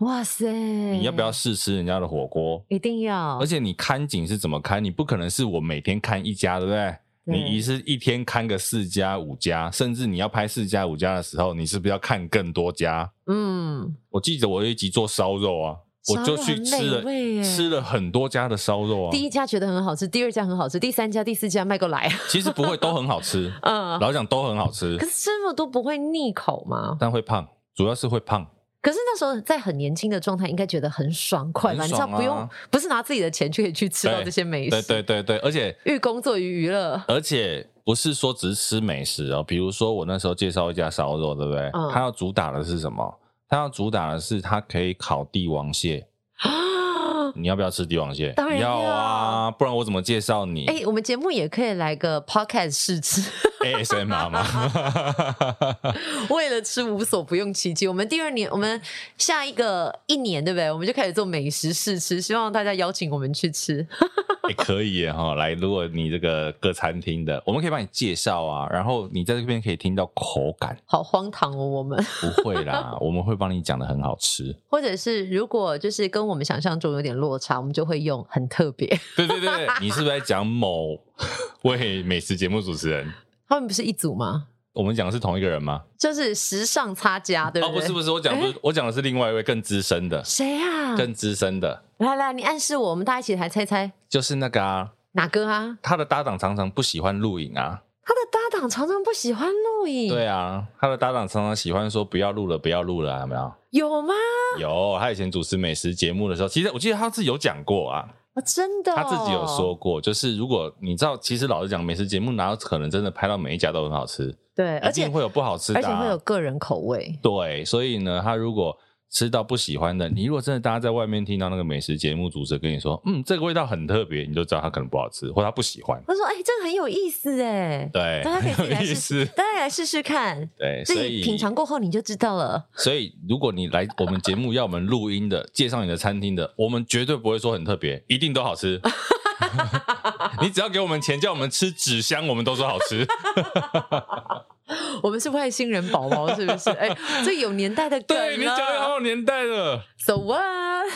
C: 哇塞，
A: 你
C: 你
A: 要不要？试吃人家的火锅？
C: 一定要，
A: 而且你看景是怎么看？你不可能是我每天看一家，对不对？
C: 对
A: 你一是一天看个四家五家，甚至你要拍四家五家的时候，你是不是要看更多家？
C: 嗯，
A: 我记得我有一集做烧肉啊，我就去吃
C: 烧肉很美味
A: 了
C: 耶
A: 吃了很多家的烧肉啊。
C: 第一家觉得很好吃，第二家很好吃，第三家、第四家卖过来，
A: 其实不会都很好吃，
C: 嗯，
A: 老实讲都很好吃
C: 可，是这么多不会腻口吗？
A: 但会胖，主要是会胖。
C: 可是那时候在很年轻的状态，应该觉得很爽快吧？
A: 很
C: 你知道
A: 爽啊
C: 不用不是拿自己的钱就可以去吃到
A: 对
C: 这些美食，
A: 对对对对，而且
C: 寓工作于娱 乐，
A: 而且不是说只是吃美食哦，比如说我那时候介绍一家烧肉，对不对？
C: 嗯
A: 它要主打的是什么？它要主打的是它可以烤帝王蟹。你要不要吃帝王蟹？
C: 当然要
A: 啊，不然我怎么介绍你、
C: 哎、我们节目也可以来个 podcast 试吃，
A: ASMR 吗？
C: 为了吃无所不用其极。我们第二年，我们下一个一年，对不对？我们就开始做美食试吃，希望大家邀请我们去吃。
A: 也、哎可以耶哈，来，如果你这个各餐厅的，我们可以帮你介绍啊，然后你在这边可以听到口感，
C: 好荒唐哦，我们
A: 不会啦，我们会帮你讲的很好吃。
C: 或者是如果就是跟我们想象中有点落差，我们就会用很特别。
A: 对对对，你是不是在讲某 位美食节目主持人？
C: 他们不是一组吗？
A: 我们讲的是同一个人吗？
C: 就是时尚差价，对
A: 哦，
C: 不
A: 不
C: 对？哎
A: 是不是，我讲不是，我讲的是另外一位更资深的，
C: 谁啊？
A: 更资深的，
C: 来来，你暗示我，我们大家一起来猜猜
A: 就是那个啊，
C: 哪个啊？
A: 他的搭档常常不喜欢录影啊，
C: 他的搭档常常不喜欢录影，
A: 对啊，他的搭档常常喜欢说不要录了，不要录了、啊，有没有？
C: 有吗？
A: 有，他以前主持美食节目的时候，其实我记得他自己有讲过啊，
C: 啊真的哦、
A: 他自己有说过，就是如果你知道，其实老实讲，美食节目哪有可能真的拍到每一家都很好吃，
C: 对，而
A: 一
C: 且
A: 定会有不好吃的、
C: 而
A: 啊，
C: 且会有个人口味，
A: 对，所以呢，他如果吃到不喜欢的，你如果真的大家在外面听到那个美食节目主持人跟你说，嗯，这个味道很特别，你就知道他可能不好吃，或他不喜欢。
C: 他说：“哎、这个很有意思哎，
A: 对，
C: 大家可以自
A: 很
C: 己来
A: 有意
C: 试试
A: 思。，
C: 大家来试试看，
A: 对，
C: 自
A: 所
C: 己
A: 以
C: 品尝过后你就知道了。
A: 所以如果你来我们节目要我们录音的，介绍你的餐厅的，我们绝对不会说很特别，一定都好 吃。你只要给我们钱，叫我们吃纸箱，我们都说好 吃。
C: 我们是外星人宝宝，是不 是？哎、这有年代的梗
A: 对你讲的好
C: 了。
A: 有年代了。
C: So what？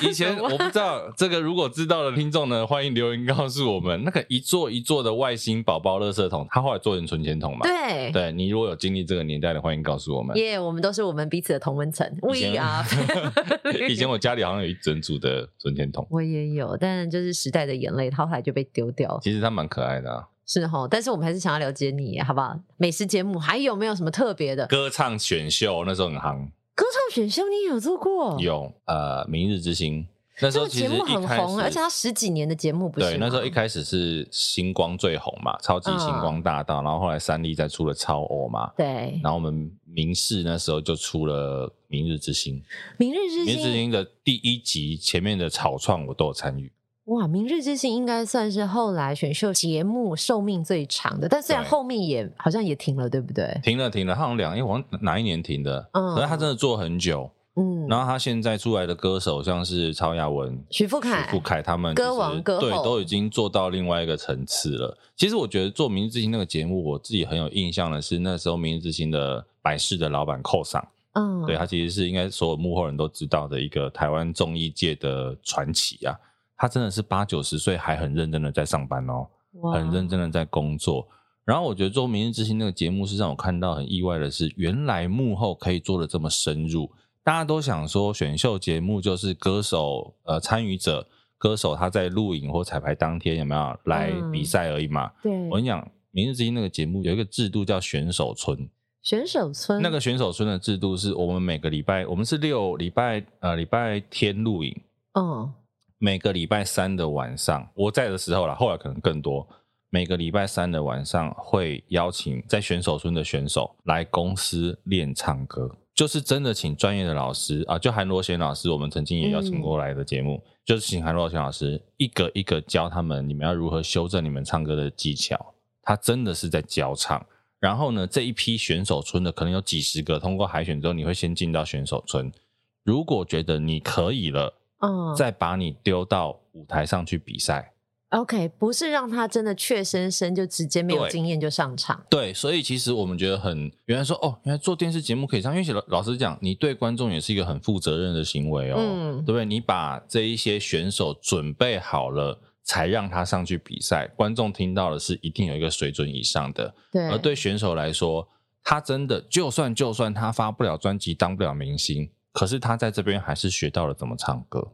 A: 以 前我不知道这个，如果知道的听众呢，欢迎留言告诉我们。那个一座一座的外星宝宝垃圾桶，它后来做成存钱筒嘛？
C: 对。”
A: 对，你如果有经历这个年代的，欢迎告诉我 们。
C: 耶我们都是我们彼此的同温层。
A: 以
C: We
A: 前
C: are，
A: 以前我家里好像有一整组的存钱筒，
C: 我也有，但就是时代的眼泪，它后来就被丢掉了。
A: 其实它蛮可爱的、啊。
C: 是哈，但是我们还是想要了解你，好不好？美食节目还有没有什么特别的？
A: 歌唱选秀那时候很夯，
C: 歌唱选秀你也有做过？
A: 有呃《明日之星》那时
C: 这
A: 候
C: 个
A: 其实
C: 节目很
A: 一开
C: 红，
A: 始
C: 而且它十几年的节目不是吗？
A: 对那时候一开始是星光最红嘛，超级星光大道，
C: 嗯
A: 然后后来三立再出了超偶嘛，
C: 对
A: 然后我们明视那时候就出了《明日之星》，
C: 明日之
A: 《明日之
C: 星
A: 星》的第一集前面的草创我都有参与，
C: 哇，明日之星应该算是后来选秀节目寿命最长的，但虽然
A: 对
C: 后面也好像也停了，对不对？
A: 停了停了，他好像两，哎，我好像哪一年停的？
C: 嗯
A: 可是他真的做很久。
C: 嗯，
A: 然后他现在出来的歌手像是曹雅文、
C: 徐富凯
A: 徐富凯他们，
C: 歌王歌后
A: 对都已经做到另外一个层次了。其实我觉得做《明日之星》那个节目，我自己很有印象的是那时候《明日之星》的百事的老板寇赏，
C: 嗯，
A: 对他其实是应该所有幕后人都知道的一个台湾综艺界的传奇啊。他真的是八九十岁还很认真的在上班哦，
C: 哇
A: 很认真的在工作。然后我觉得做《明日之星》那个节目是让我看到很意外的是，原来幕后可以做的这么深入。大家都想说选秀节目就是歌手呃参与者歌手他在录影或彩排当天有没有来
C: 嗯
A: 比赛而已嘛？
C: 对
A: 我跟你讲，明日之星那个节目有一个制度叫选手村，
C: 选手村
A: 那个选手村的制度是我们每个礼拜，我们是六礼拜呃礼拜天录影，
C: 嗯
A: 每个礼拜三的晚上，我在的时候啦，后来可能更多。每个礼拜三的晚上会邀请在选手村的选手来公司练唱歌，就是真的请专业的老师啊，就韩罗贤老师，我们曾经也邀请过来的节目，就是请韩罗贤老师一个一个教他们，你们要如何修正你们唱歌的技巧。他真的是在教唱。然后呢，这一批选手村的可能有几十个，通过海选之后，你会先进到选手村。如果觉得你可以了，
C: 嗯，
A: 再把你丢到舞台上去比赛。
C: OK，不是让他真的怯生生就直接没有
A: 对
C: 经验就上场，
A: 对，所以其实我们觉得很，原来说哦，原来做电视节目可以上，因为其实老老实讲，你对观众也是一个很负责任的行为哦，
C: 嗯
A: 对不对？你把这一些选手准备好了，才让他上去比赛，观众听到的是一定有一个水准以上的，
C: 对，
A: 而呃对选手来说，他真的就算就算他发不了专辑，当不了明星，可是他在这边还是学到了怎么唱歌。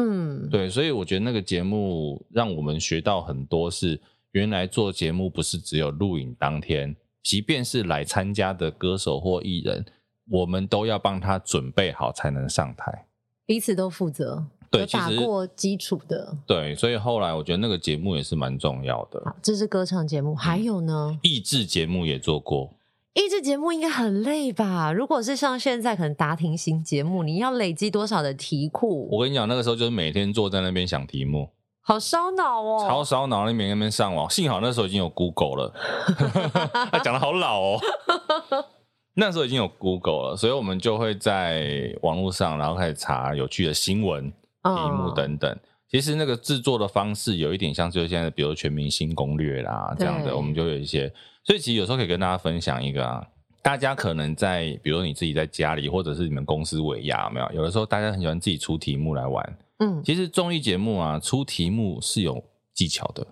C: 嗯，
A: 对，所以我觉得那个节目让我们学到很多，是原来做节目不是只有录影当天，即便是来参加的歌手或艺人，我们都要帮他准备好才能上台。
C: 彼此都负责，
A: 对
C: 有
A: 其
C: 打
A: 实
C: 过基础的，
A: 对，所以后来我觉得那个节目也是蛮重要的，
C: 好，这是歌唱节目，还
A: 嗯
C: 有呢，
A: 益智节目也做过。
C: 益智节目应该很累吧？如果是像现在可能答题型节目，你要累积多少的题
A: 我
C: 库，
A: 跟你讲，那个时候就是每天坐在那边想题目，
C: 好烧脑哦，
A: 超烧脑，那边那边上网。幸好那时候已经有 Google 了，他讲的好老哦。那时候已经有 Google 了，所以我们就会在网络上，然后开始查有趣的新闻、
C: 题
A: 题目等等。其实那个制作的方式有一点像，就是现在比如《全明星攻略》啦这样
C: 对
A: 的，我们就有一些。所以其实有时候可以跟大家分享一个啊，大家可能在比如你自己在家里，或者是你们公司尾牙有没有？有的时候大家很喜欢自己出题目来玩。
C: 嗯，
A: 其实综艺节目啊，出题目是有技巧的。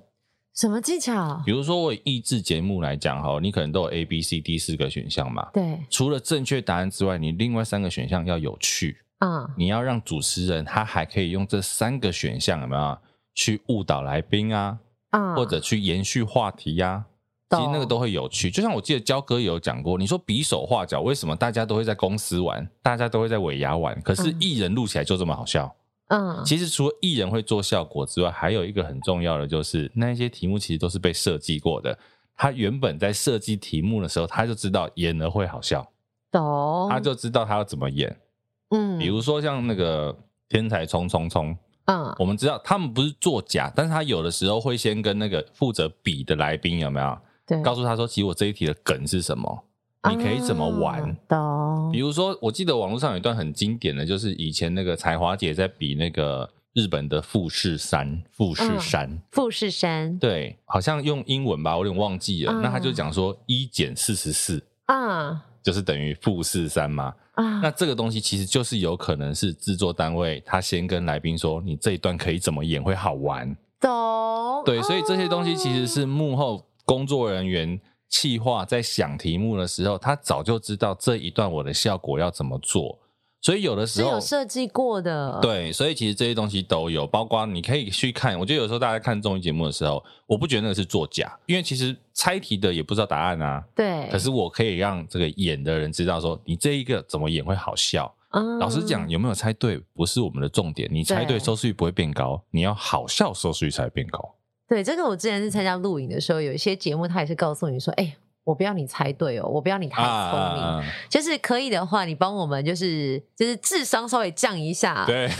C: 什么技巧
A: 比？如说，我以益智节目来讲哈，你可能都有 A、B、C、D 四个选项嘛。
C: 对，
A: 除了正确答案之外，你另外三个选项要有趣，
C: 啊、
A: 你要让主持人他还可以用这三个选项有没有去误导来宾啊，
C: 啊，
A: 或者去延续话题呀、其实那个
C: 懂
A: 都会有趣。就像我记得焦哥也有讲过，你说比手画脚，为什么大家都会在公司玩，大家都会在尾牙玩，可是
C: 嗯
A: 艺人录起来就这么好笑？
C: 嗯，
A: 其实除了艺人会做效果之外，还有一个很重要的就是那一些题目其实都是被设计过的。他原本在设计题目的时候，他就知道演了会好笑，
C: 懂，
A: 他就知道他要怎么演。
C: 哦嗯，
A: 比如说像那个《天才冲冲冲》，
C: 嗯
A: 我们知道他们不是作假，但是他有的时候会先跟那个负责比的来宾有没有
C: 对，
A: 告诉他说，其实我这一题的梗是什么，你可以怎么玩。
C: 啊懂，
A: 比如说，我记得网络上有一段很经典的，就是以前那个彩华姐在比那个日本的富士山，富
C: 嗯
A: 士山，
C: 富士山，
A: 对，好像用英文吧，我有点忘记了。
C: 嗯
A: 那他就讲说一减四十四
C: 啊
A: 就是等于富士山嘛。
C: 啊，
A: 那这个东西其实就是有可能是制作单位他先跟来宾说，你这一段可以怎么演会好玩。
C: 懂，
A: 对，所以这些东西其实
C: 哦
A: 是幕后工作人员。企划在想题目的时候，他早就知道这一段我的效果要怎么做，所以有的时
C: 是
A: 候
C: 有设计过的，，
A: 对，所以其实这些东西都有，包括你可以去看。我觉得有时候大家看综艺节目的时候，我不觉得那个是作假，因为其实猜题的也不知道答案啊。
C: 对，
A: 可是我可以让这个演的人知道说，你这一个怎么演会好笑。
C: 嗯
A: 老实讲，，有没有猜对不是我们的重点，你猜
C: 对
A: 对收视率不会变高，你要好笑收视率才会变高。
C: 对，这个我之前是参加录影的时候，有一些节目他也是告诉你说，哎、我不要你猜对哦，我不要你太聪明，
A: 啊，
C: 就是可以的话，你帮我们就是就是智商稍微降一下，，
A: 对，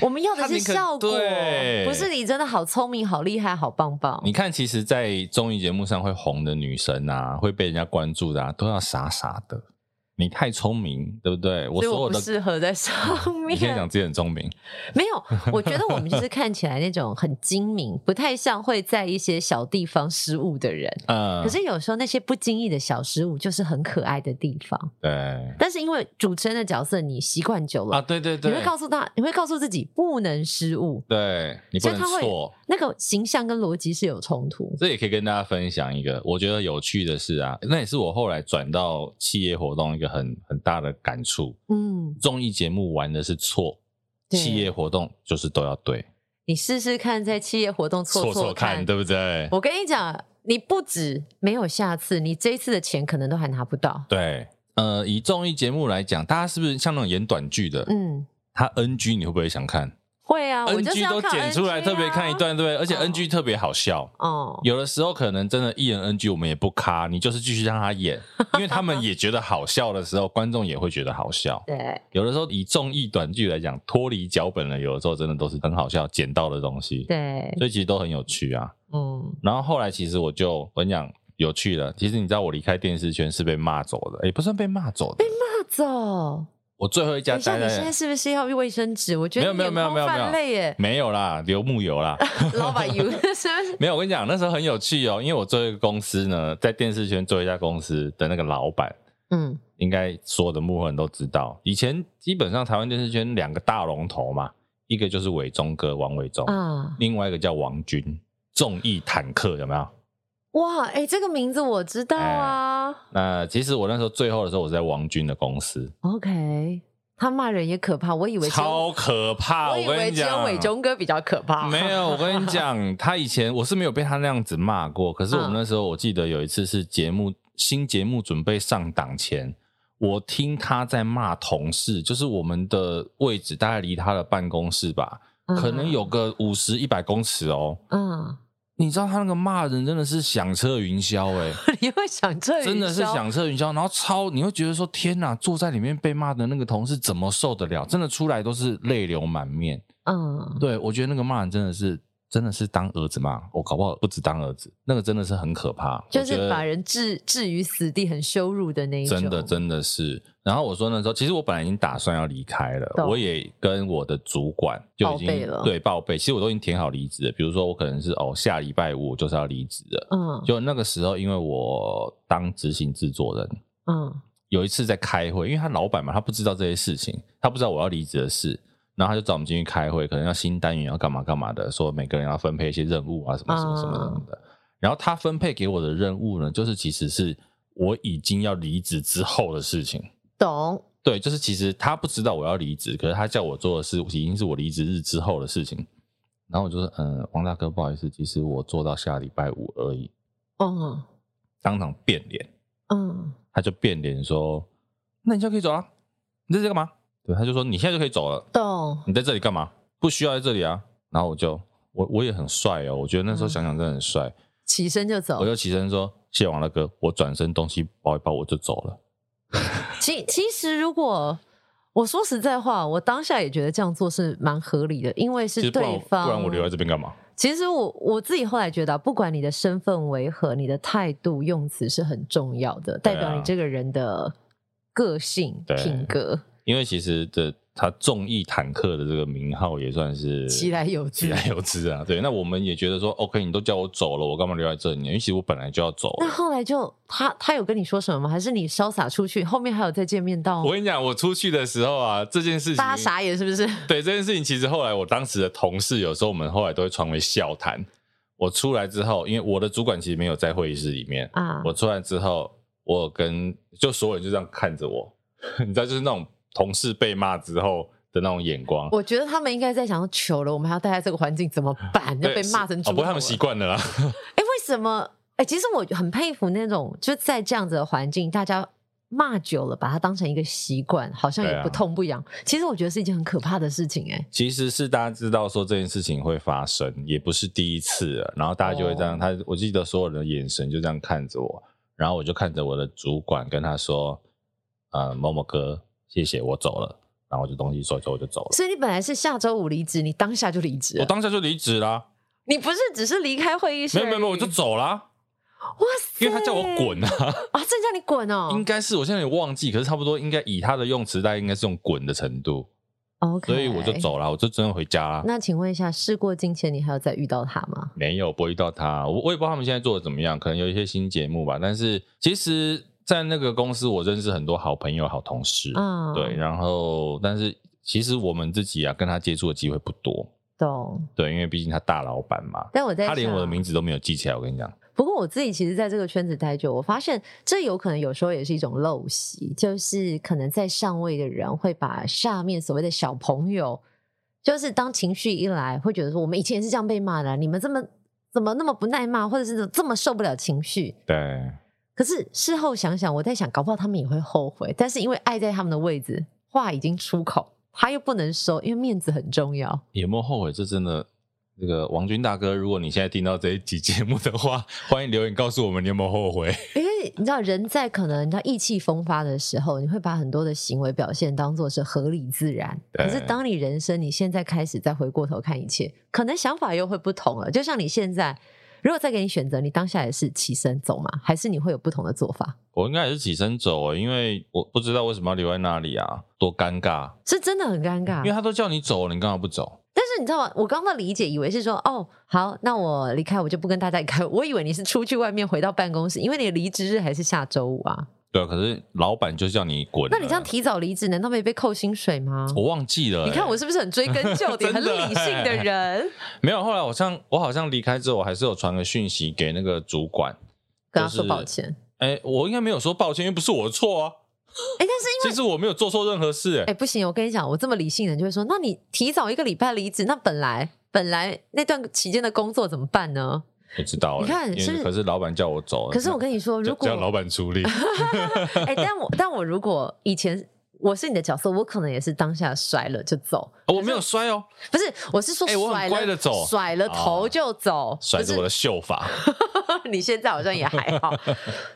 C: 我们要的
A: 他
C: 是
A: 宁可
C: 效果，
A: 对
C: 不是你真的好聪明、好厉害、好棒棒，
A: 你看，其实，在综艺节目上会红的女神啊，会被人家关注的啊，都要傻傻的。你太聪明，对不对？我
C: 所以
A: 所
C: 我
A: 有
C: 不
A: 的
C: 适合在上
A: 你可以讲
C: 面。
A: 自己很聪明，
C: 没有，我觉得我们就是看起来那种很精明，不太像会在一些小地方失误的人。
A: 嗯，
C: 可是有时候那些不经意的小失误，就是很可爱的地方。
A: 对
C: 但是因为主持人的角色，你习惯久了，
A: 啊，对对
C: 你
A: 对，
C: 会告诉他，你会告诉自己不能失误，
A: 对你不能
C: 所以他
A: 错。
C: 那个形象跟逻辑是有冲突。
A: 这也可以跟大家分享一个我觉得有趣的事啊，那也是我后来转到企业活动一个很很大的感触。
C: 嗯，
A: 综艺节目玩的是错，
C: 对
A: 企业活动就是都要对，
C: 你试试看，在企业活动错
A: 错看，对不对？
C: 我跟你讲，你不止没有下次，你这一次的钱可能都还拿不到。
A: 对，呃，以综艺节目来讲，大家是不是像那种演短剧的，
C: 嗯，
A: 他 NG 你会不会想看
C: 会啊，我就是
A: ？NG
C: 要
A: 都
C: 靠
A: 剪出来
C: NG 啊
A: 特别看一段，对不对？而且
C: 哦
A: NG 特别好笑。
C: 哦，
A: 有的时候可能真的艺人 NG 我们也不卡，你就是继续让他 演，因为他们也觉得好笑的时候，观众也会觉得好笑。
C: 对，
A: 有的时候以综艺短剧来讲，脱离脚本了，有的时候真的都是很好笑捡到的东西，
C: 对，
A: 所以其实都很有趣啊。
C: 嗯，
A: 然后后来其实我就我跟你讲有趣了，其实你知道我离开电视圈是被骂走的，也不算被骂走的，
C: 那走。
A: 我最后一家
C: 等一下，
A: 待
C: 你现在
A: 在
C: 是不是要卫生纸？我觉得
A: 没有没有
C: 你
A: 没有
C: 眼眶
A: 没有
C: 泛泪耶，
A: 没有啦，刘木有啦，
C: 老板有是不 是？
A: 没有。我跟你讲那时候很有趣哦，因为我做一个公司呢，在电视圈做一家公司的那个老板。
C: 嗯，
A: 应该所有的幕后人都知道，以前基本上台湾电视圈两个大龙头嘛，一个就是伟忠哥王伟忠，
C: 啊，
A: 另外一个叫王军，众议坦克有没有？
C: 哇，哎、这个名字我知
A: 哎
C: 道啊。
A: 那其实我那时候最后的时候，我在王军的公司，
C: OK，他骂人也可怕，我以为只有
A: 超可怕！
C: 我
A: 我
C: 以
A: 跟
C: 为
A: 你
C: 只有啊
A: 讲，
C: 伟忠哥比较可怕。
A: 没 有，我跟你讲，他以前我是没有被他那样子骂过，可是我们
C: 嗯
A: 那时候我记得有一次是节目新节目准备上档前，我听他在骂同事，就是我们的位置大概离他的办公室吧，
C: 嗯
A: 可能有个五十一百公尺哦。
C: 嗯，
A: 你知道他那个骂人真的是响彻云霄哎、
C: 你会想这
A: 真的是
C: 营销
A: 响彻云霄，然后超你会觉得说天哪，坐在里面被骂的那个同事怎么受得了？真的出来都是泪流满面。
C: 嗯，
A: 对，我觉得那个骂人真的是，真的是当儿子骂，我搞不好不止当儿子，那个真的是很可怕，我
C: 就
A: 觉
C: 是
A: 得
C: 把人置置于死地，很羞辱的那一种。
A: 真的真的是。然后我说那时候，其实我本来已经打算要离开了，
C: 懂
A: 我也跟我的主管就已经
C: 报备了
A: 对报备，其实我都已经填好离职了，比如说我可能是哦下礼拜五我就是要离职了。
C: 嗯
A: 就那个时候，因为我当执行制作人，
C: 嗯
A: 有一次在开会，因为他老板嘛，他不知道这些事情，他不知道我要离职的事，然后他就找我们进去开会，可能要新单元要干嘛干嘛的，说每个人要分配一些任务啊，什么什么什么什么的。然后他分配给我的任务呢，就是其实是我已经要离职之后的事情。
C: 懂
A: 对，就是其实他不知道我要离职，可是他叫我做的事已经是我离职日之后的事情。然后我就说，嗯，王大哥，不好意思，其实我做到下礼拜五而已，
C: 嗯
A: 当场变脸。
C: 嗯
A: 他就变脸说：“那你现在可以走了，你在这干嘛？”对，他就说：“你现在就可以走了，
C: 懂
A: 你在这里干嘛？不需要在这里啊。”然后我就我我也很帅哦，我觉得那时
C: 嗯
A: 候想想真的很帅，
C: 起身就走
A: 我。就起身说：“谢谢王大哥。”我转身东西包一包我就走了。
C: 其其实如果我说实在话，我当下也觉得这样做是蛮合理的，因为
A: 其
C: 是
A: 实不然
C: 对
A: 我
C: 方。
A: 不然我留在这边干嘛？
C: 其实我我自己后来觉得啊、不管你的身份为何，你的态度用词是很重要的，
A: 对啊
C: 代表你这个人的个性、
A: 对
C: 品格，
A: 因为其实的他众议坦克的这个名号也算是
C: 其来有
A: 其
C: 之。
A: 来有之啊。对，那我们也觉得说，OK，你都叫我走了，我干嘛留在这里呢？因为其实我本来就要走
C: 那
A: 了。
C: 后来就他他有跟你说什么吗？还是你潇洒出去，后面还有再见面到
A: 我跟你讲，我出去的时候啊，这件事情
C: 大家傻眼是不是？
A: 对这件事情，其实后来我当时的同事，有时候我们后来都会传为笑谈。我出来之后，因为我的主管其实没有在会议室里面，
C: 啊？
A: 我出来之后，我有跟就所有人就这样看着我， 你知道，就是那种同事被骂之后的那种眼光。
C: 我觉得他们应该在想说，糗了，我们还要待在这个环境怎么 办？要
A: 对
C: 被
A: 是
C: 骂成
A: 哦，
C: 猪头
A: 不过他们习
C: 了
A: 惯了啦。
C: 哎、为什么？哎、其实我很佩服那种就在这样子的环境，大家骂久了，把它当成一个习惯，好像
A: 对啊
C: 也不痛不痒。其实我觉得是一件很可怕的事情、哎，
A: 其实是大家知道说这件事情会发生，也不是第一次了。然后大家就会这样，
C: 哦
A: 他我记得所有人的眼神就这样看着我，然后我就看着我的主管跟他说：“呃，某某哥，谢谢，我走了。”然后我就东西收一收，我就走了。
C: 所以你本来是啊下周五离职，你当下就离职
A: 我
C: 了，
A: 当下就离职啦，
C: 你不是只是离开会议室
A: 没
C: 而已？
A: 有没有没有，我就走啦，
C: 哇塞！
A: 因为他叫我滚啊，
C: 啊，正叫你滚哦、
A: 应该是我现在也忘记，可是差不多应该以他的用词，大概应该是用滚的程度，
C: OK，
A: 所以我就。走啦，我就真的回家啦。
C: 那请问一下，事过境迁，你还有再遇到他吗？
A: 没有，不会遇到他。我我也不知道他们现在做的怎么样，可能有一些新节目吧。但是其实，在那个公司，我认识很多好朋友、好同事，
C: 啊、
A: 对。，然后，但是其实我们自己啊，跟他接触的机会不多，
C: 懂。
A: 对，因为毕竟他大老板嘛，
C: 但我在
A: 他连我的
C: 想
A: 名字都没有记起来。我跟你讲，
C: 不过我自己其实在这个圈子待久，我发现这有可能有时候也是一种陋习，就是可能在上位的人会把下面所谓的小朋友，就是当情绪一来，会觉得说我们以前也是这样被骂的啊，你们这么。怎么那么不耐骂，或者是这么受不了情绪？
D: 对，
C: 可是事后想想，我在想，搞不好他们也会后悔，但是因为爱在他们的位置，话已经出口，他又不能收，因为面子很重要。
A: 有没有后悔？这真的，那个王军大哥，如果你现在听到这一集节目的话， 欢迎留言告诉我们你有没有后悔。
C: 因为你知道，人在可能你知道意气风发的时候，你会把很多的行为表现当做是合理自然。
A: 对
C: 可是当你人生你现在开始再回过头看一切，可能想法又会不同了。就像你现在，如果再给你选择，你当下也是起身走嘛，还是你会有不同的做法？
A: 我应该也是起身走、欸，因为我不知道为什么要留在那里啊，多尴尬！
C: 是真的很尴尬
A: 因为。他都叫你走了，你干嘛不走？
C: 但是你知道吗？我刚刚的理解以为是说，哦，好，那我离开，我就不跟大家离开。我以为你是出去外面回到办公室，因为你的离职日还是下周五啊。
A: 对啊，可是老板就叫你滚。
C: 那你这样，提早离职，难道没被扣薪水吗？
A: 我忘记了欸、
C: 你看我是不是很追根究底、
A: 真
C: 很
A: 的
C: 理性的人？
A: 没有，后来我像我好像离开之后，我还是有传个讯息给那个主管，
C: 跟他说
A: 就是
C: 抱歉。
A: 哎、我应该没有说抱歉，因为不是我的错啊。
C: 哎、但是因为
A: 其实我没有做错任何事、欸，
C: 哎、不行，我跟你讲，我这么理性的人就会说，那你提早一个礼拜离职，那本来本来那段期间的工作怎么办呢？
A: 不知道、欸。
C: 你看
A: 因为
C: 是不是
A: 可是老板叫我走，
C: 可是我跟你说，
D: 就
C: 如
D: 叫老
C: 果
D: 板处
A: 哦
D: 理。
C: 哎、但我但我如果以前我是你的角色，我可能也是当下摔了就走，
A: 哦我没有摔哦，
C: 不是，我是说
A: 哎我很
C: 甩了、
A: 乖地走
C: 甩了头
A: 啊
C: 就走，
A: 甩着我的秀发。
C: 的。 你现在好像也还好，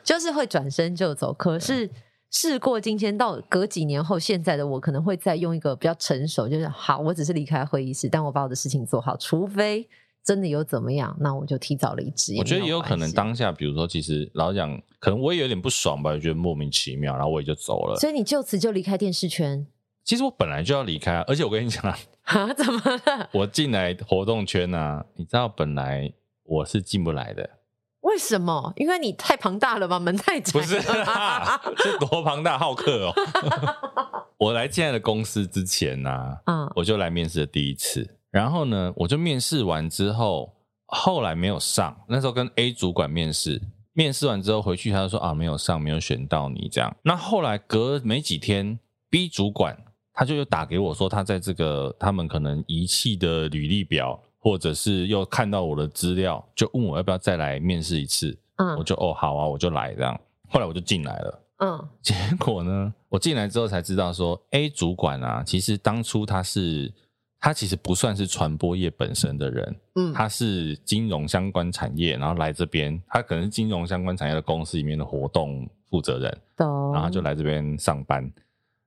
C: 就是会转身就走。可是事过境迁，到隔几年后，现在的我可能会再用一个比较成熟，就是好，我只是离开会议室，但我把我的事情做好，除非真的有怎么样，那我就提早离职。
A: 我觉得
C: 没
A: 也有可
C: 关
A: 能
C: 系。
A: 当下，比如说，其实老实讲，可能我也有点不爽吧，我觉得莫名其妙，然后我也就走了。
C: 所以你就此就离开电视圈
A: 其实我本来就要离开、啊，而且我跟你讲、啊，
C: 啊？怎么了？
A: 我进来活动圈啊，你知道本来我是进不来的，
C: 为什么？因为你太庞大了吧，门太窄
A: 不是
C: 了吧
A: 啦，是多庞大好客哦。 我来现在的公司之前呢、啊，
C: 嗯，
A: 我就来面试的第一次，然后呢，我就面试完之后，后来没有上，那时候跟 A 主管面试。面试完之后回去，他就说啊没有上，没有选到你这样。那后来隔没几天，B 主管他就又打给我说，他在这个他们可能遗弃的履历表，或者是又看到我的资料，就问我要不要再来面试一次。我
C: 嗯
A: 就哦好啊，我就来这样。后来我就进来了，
C: 嗯，
A: 结果呢，我进来之后才知道说，A 主管啊，其实当初他是他其实不算是传播业本身的人，
C: 嗯
A: 他是金融相关产业，然后来这边，他可能是金融相关产业的公司里面的活动负责人，
C: 懂。
A: 然后他就来这边上班。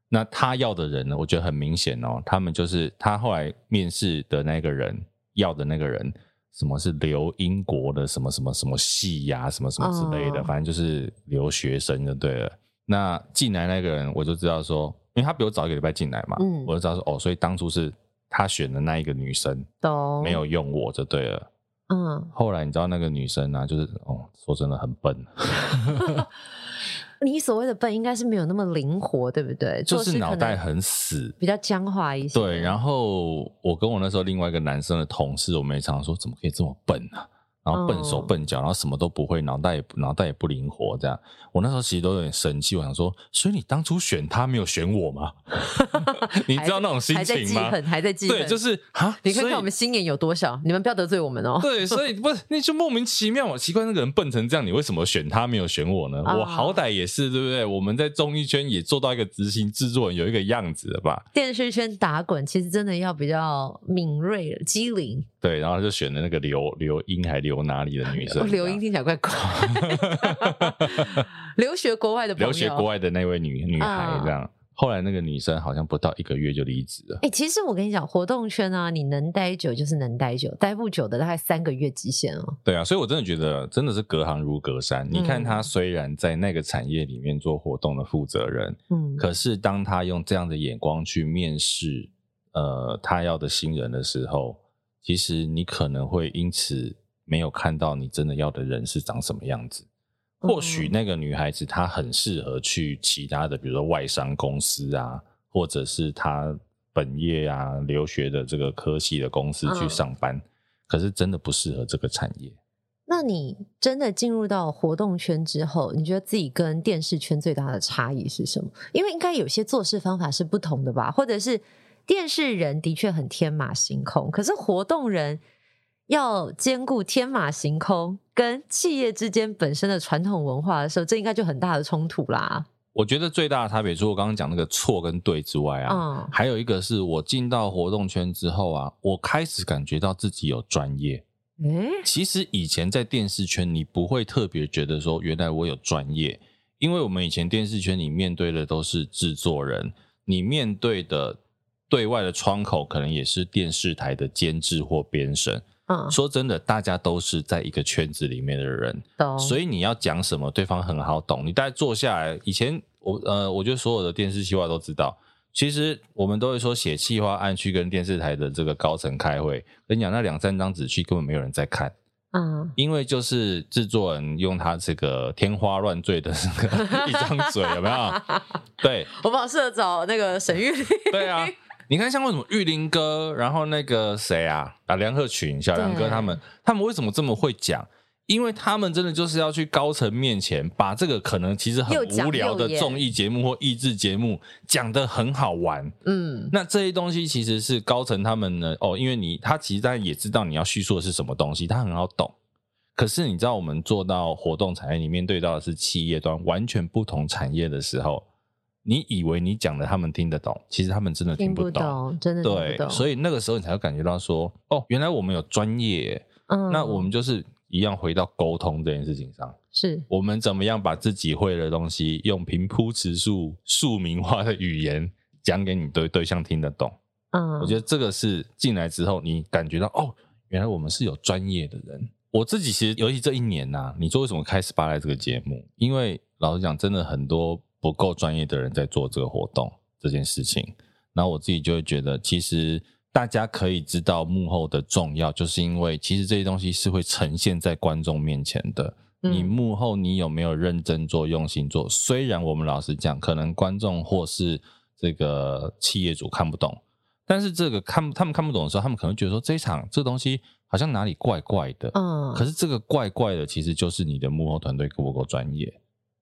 A: 那他要的人呢？我觉得很明显哦，他们就是他后来面试的那个人要的那个人，什么是留英国的什么什么什么系呀、什么什么之类的，
C: 哦
A: 反正就是留学生就对了。那进来那个人，我就知道说，因为他比我早一个礼拜进来嘛，
C: 嗯
A: 我就知道说哦，所以当初是他选的那一个女生
C: 懂
A: 没有用我就对了。
C: 嗯，
A: 后来你知道那个女生啊，就是哦，说真的很笨，
C: 你所谓的笨应该是没有那么灵活，对不对？
A: 就
C: 做
A: 是
C: 事可
A: 脑袋
C: 能
A: 很死，
C: 比较僵化一些。
A: 对，然后我跟我那时候另外一个男生的同事，我们也常说怎么可以这么笨啊？然后笨手
C: 嗯
A: 笨脚，然后什么都不会，脑袋也不脑袋也不灵活，这样。我那时候其实都有点生气，我想说，所以你当初选他没有选我吗？ 你知道那种心
C: 还在
A: 情
C: 记
A: 吗？
C: 恨，还在记恨，
A: 对，就是啊，
C: 你看
A: 所以
C: 看我们心眼有多少，你们不要得罪我们哦。
A: 对， 所以不是，那就莫名其妙嘛，奇怪那个人笨成这样，你为什么选他没有选我呢？
C: 啊
A: 我好歹也是对不对？我们在综艺圈也做到一个执行制作人有一个样子的吧？
C: 电视圈打滚其实真的要比较敏锐、机灵。
A: 对，然后就选了那个留留英还留哪里的女
C: 哦
A: 生，
C: 刘英听起来怪怪 的，留学国外的朋友，
A: 留
C: 啊
A: 学国外的那位女女孩这样。后来那个女生好像不到一个月就离职了，
C: 哎、其实我跟你讲，活动圈啊，你能待久就是能待久，待不久的大概三个月极限哦。
A: 对啊，所以我真的觉得真的是隔行如隔山。你看
C: 嗯
A: 她虽然在那个产业里面做活动的负责人，
C: 嗯，
A: 可是当她用这样的眼光去面试呃她要的新人的时候，其实你可能会因此没有看到你真的要的人是长什么样子。或许那个女孩子她很适合去其他的，比如说外商公司啊，或者是她本业啊、留学的这个科系的公司去
C: 嗯
A: 上班，可是真的不适合这个产业。
C: 那你真的进入到活动圈之后，你觉得自己跟电视圈最大的差异是什么？因为应该有些做事方法是不同的吧，或者是电视人的确很天马行空，可是活动人要兼顾天马行空跟企业之间本身的传统文化的时候，这应该就很大的冲突啦。
A: 我觉得最大的差别，除了我刚刚讲那个错跟对之外啊，
C: 嗯，
A: 还有一个是我进到活动圈之后啊，我开始感觉到自己有专业。
C: 嗯诶，
A: 其实以前在电视圈，你不会特别觉得说原来我有专业，因为我们以前电视圈你面对的都是制作人，你面对的对外的窗口可能也是电视台的监制或编审。
C: 嗯，
A: 说真的，大家都是在一个圈子里面的人，
C: 懂。
A: 所以你要讲什么，对方很好懂。你大概坐下来，以前我呃，我觉得所有的电视企划都知道，其实我们都会说写企划案去跟电视台的这个高层开会，跟你讲那两三张纸去根本没有人在看，
C: 嗯，
A: 因为就是制作人用他这个天花乱坠的这个 一张嘴，有没有？对
C: 我们好适合找那个沈玉玲。
A: 对啊。你看，像为什么玉林哥，然后那个谁啊，啊梁鹤群、小梁哥
C: 对
A: 他们，他们为什么这么会讲？因为他们真的就是要去高层面前，把这个可能其实很
C: 又讲
A: 无聊的
C: 又演
A: 综艺节目或益智节目讲得很好玩。
C: 嗯，
A: 那这些东西其实是高层他们呢，哦，因为你他其实当然也知道你要叙述的是什么东西，他很好懂。可是你知道，我们做到活动产业，你面对到的是企业端完全不同产业的时候，你以为你讲的他们听得懂，其实他们真的
C: 听
A: 不
C: 不懂，真的听不
A: 对
C: 懂。，
A: 所
C: 以，
A: 以那个时候你才会感觉到说，哦，原来我们有专业。
C: 嗯
A: 那我们就是一样回到沟通这件事情上，
C: 是
A: 我们怎么样把自己会的东西，用平铺直述、庶民化的语言讲给你对对象听得懂。
C: 嗯，
A: 我觉得这个是进来之后，你感觉到哦，原来我们是有专业的人。我自己其实，尤其这一年呐、你说为什么开始巴莱这个节目？因为老实讲，真的很多不够专业的人在做这个活动这件事情。然后我自己就会觉得，其实大家可以知道幕后的重要，就是因为其实这些东西是会呈现在观众面前的。你
C: 嗯
A: 幕后你有没有认真做、用心做？虽然我们老实讲，可能观众或是这个企业主看不懂，但是这个看他们看不懂的时候，他们可能觉得说这一场这东西好像哪里怪怪的。
C: 嗯，
A: 可是这个怪怪的，其实就是你的幕后团队够不够专业。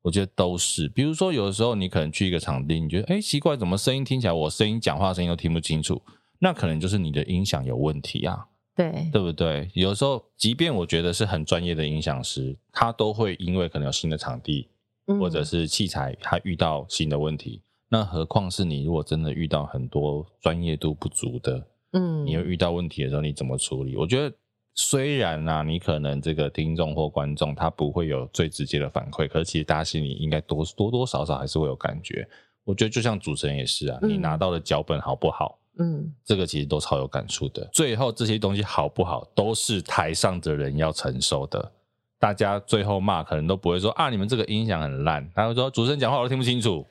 A: 我觉得都是，比如说有的时候你可能去一个场地，你觉得哎、诶奇怪，怎么声音听起来我声音讲话声音都听不清楚？那可能就是你的音响有问题啊。
C: 对，
A: 对不对？有时候，即便我觉得是很专业的音响师，他都会因为可能有新的场地
C: 嗯
A: 或者是器材，他遇到新的问题。那何况是你，如果真的遇到很多专业度不足的，
C: 嗯，
A: 你会遇到问题的时候，你怎么处理？我觉得，虽然啊，你可能这个听众或观众他不会有最直接的反馈，可是其实大家心里应该多多多少少还是会有感觉。我觉得就像主持人也是啊，你
C: 嗯
A: 拿到的脚本好不好？
C: 嗯
A: 这个其实都超有感触的。最后这些东西好不好，都是台上的人要承受的。大家最后骂可能都不会说啊，你们这个音响很烂，他会说主持人讲话我都听不清楚，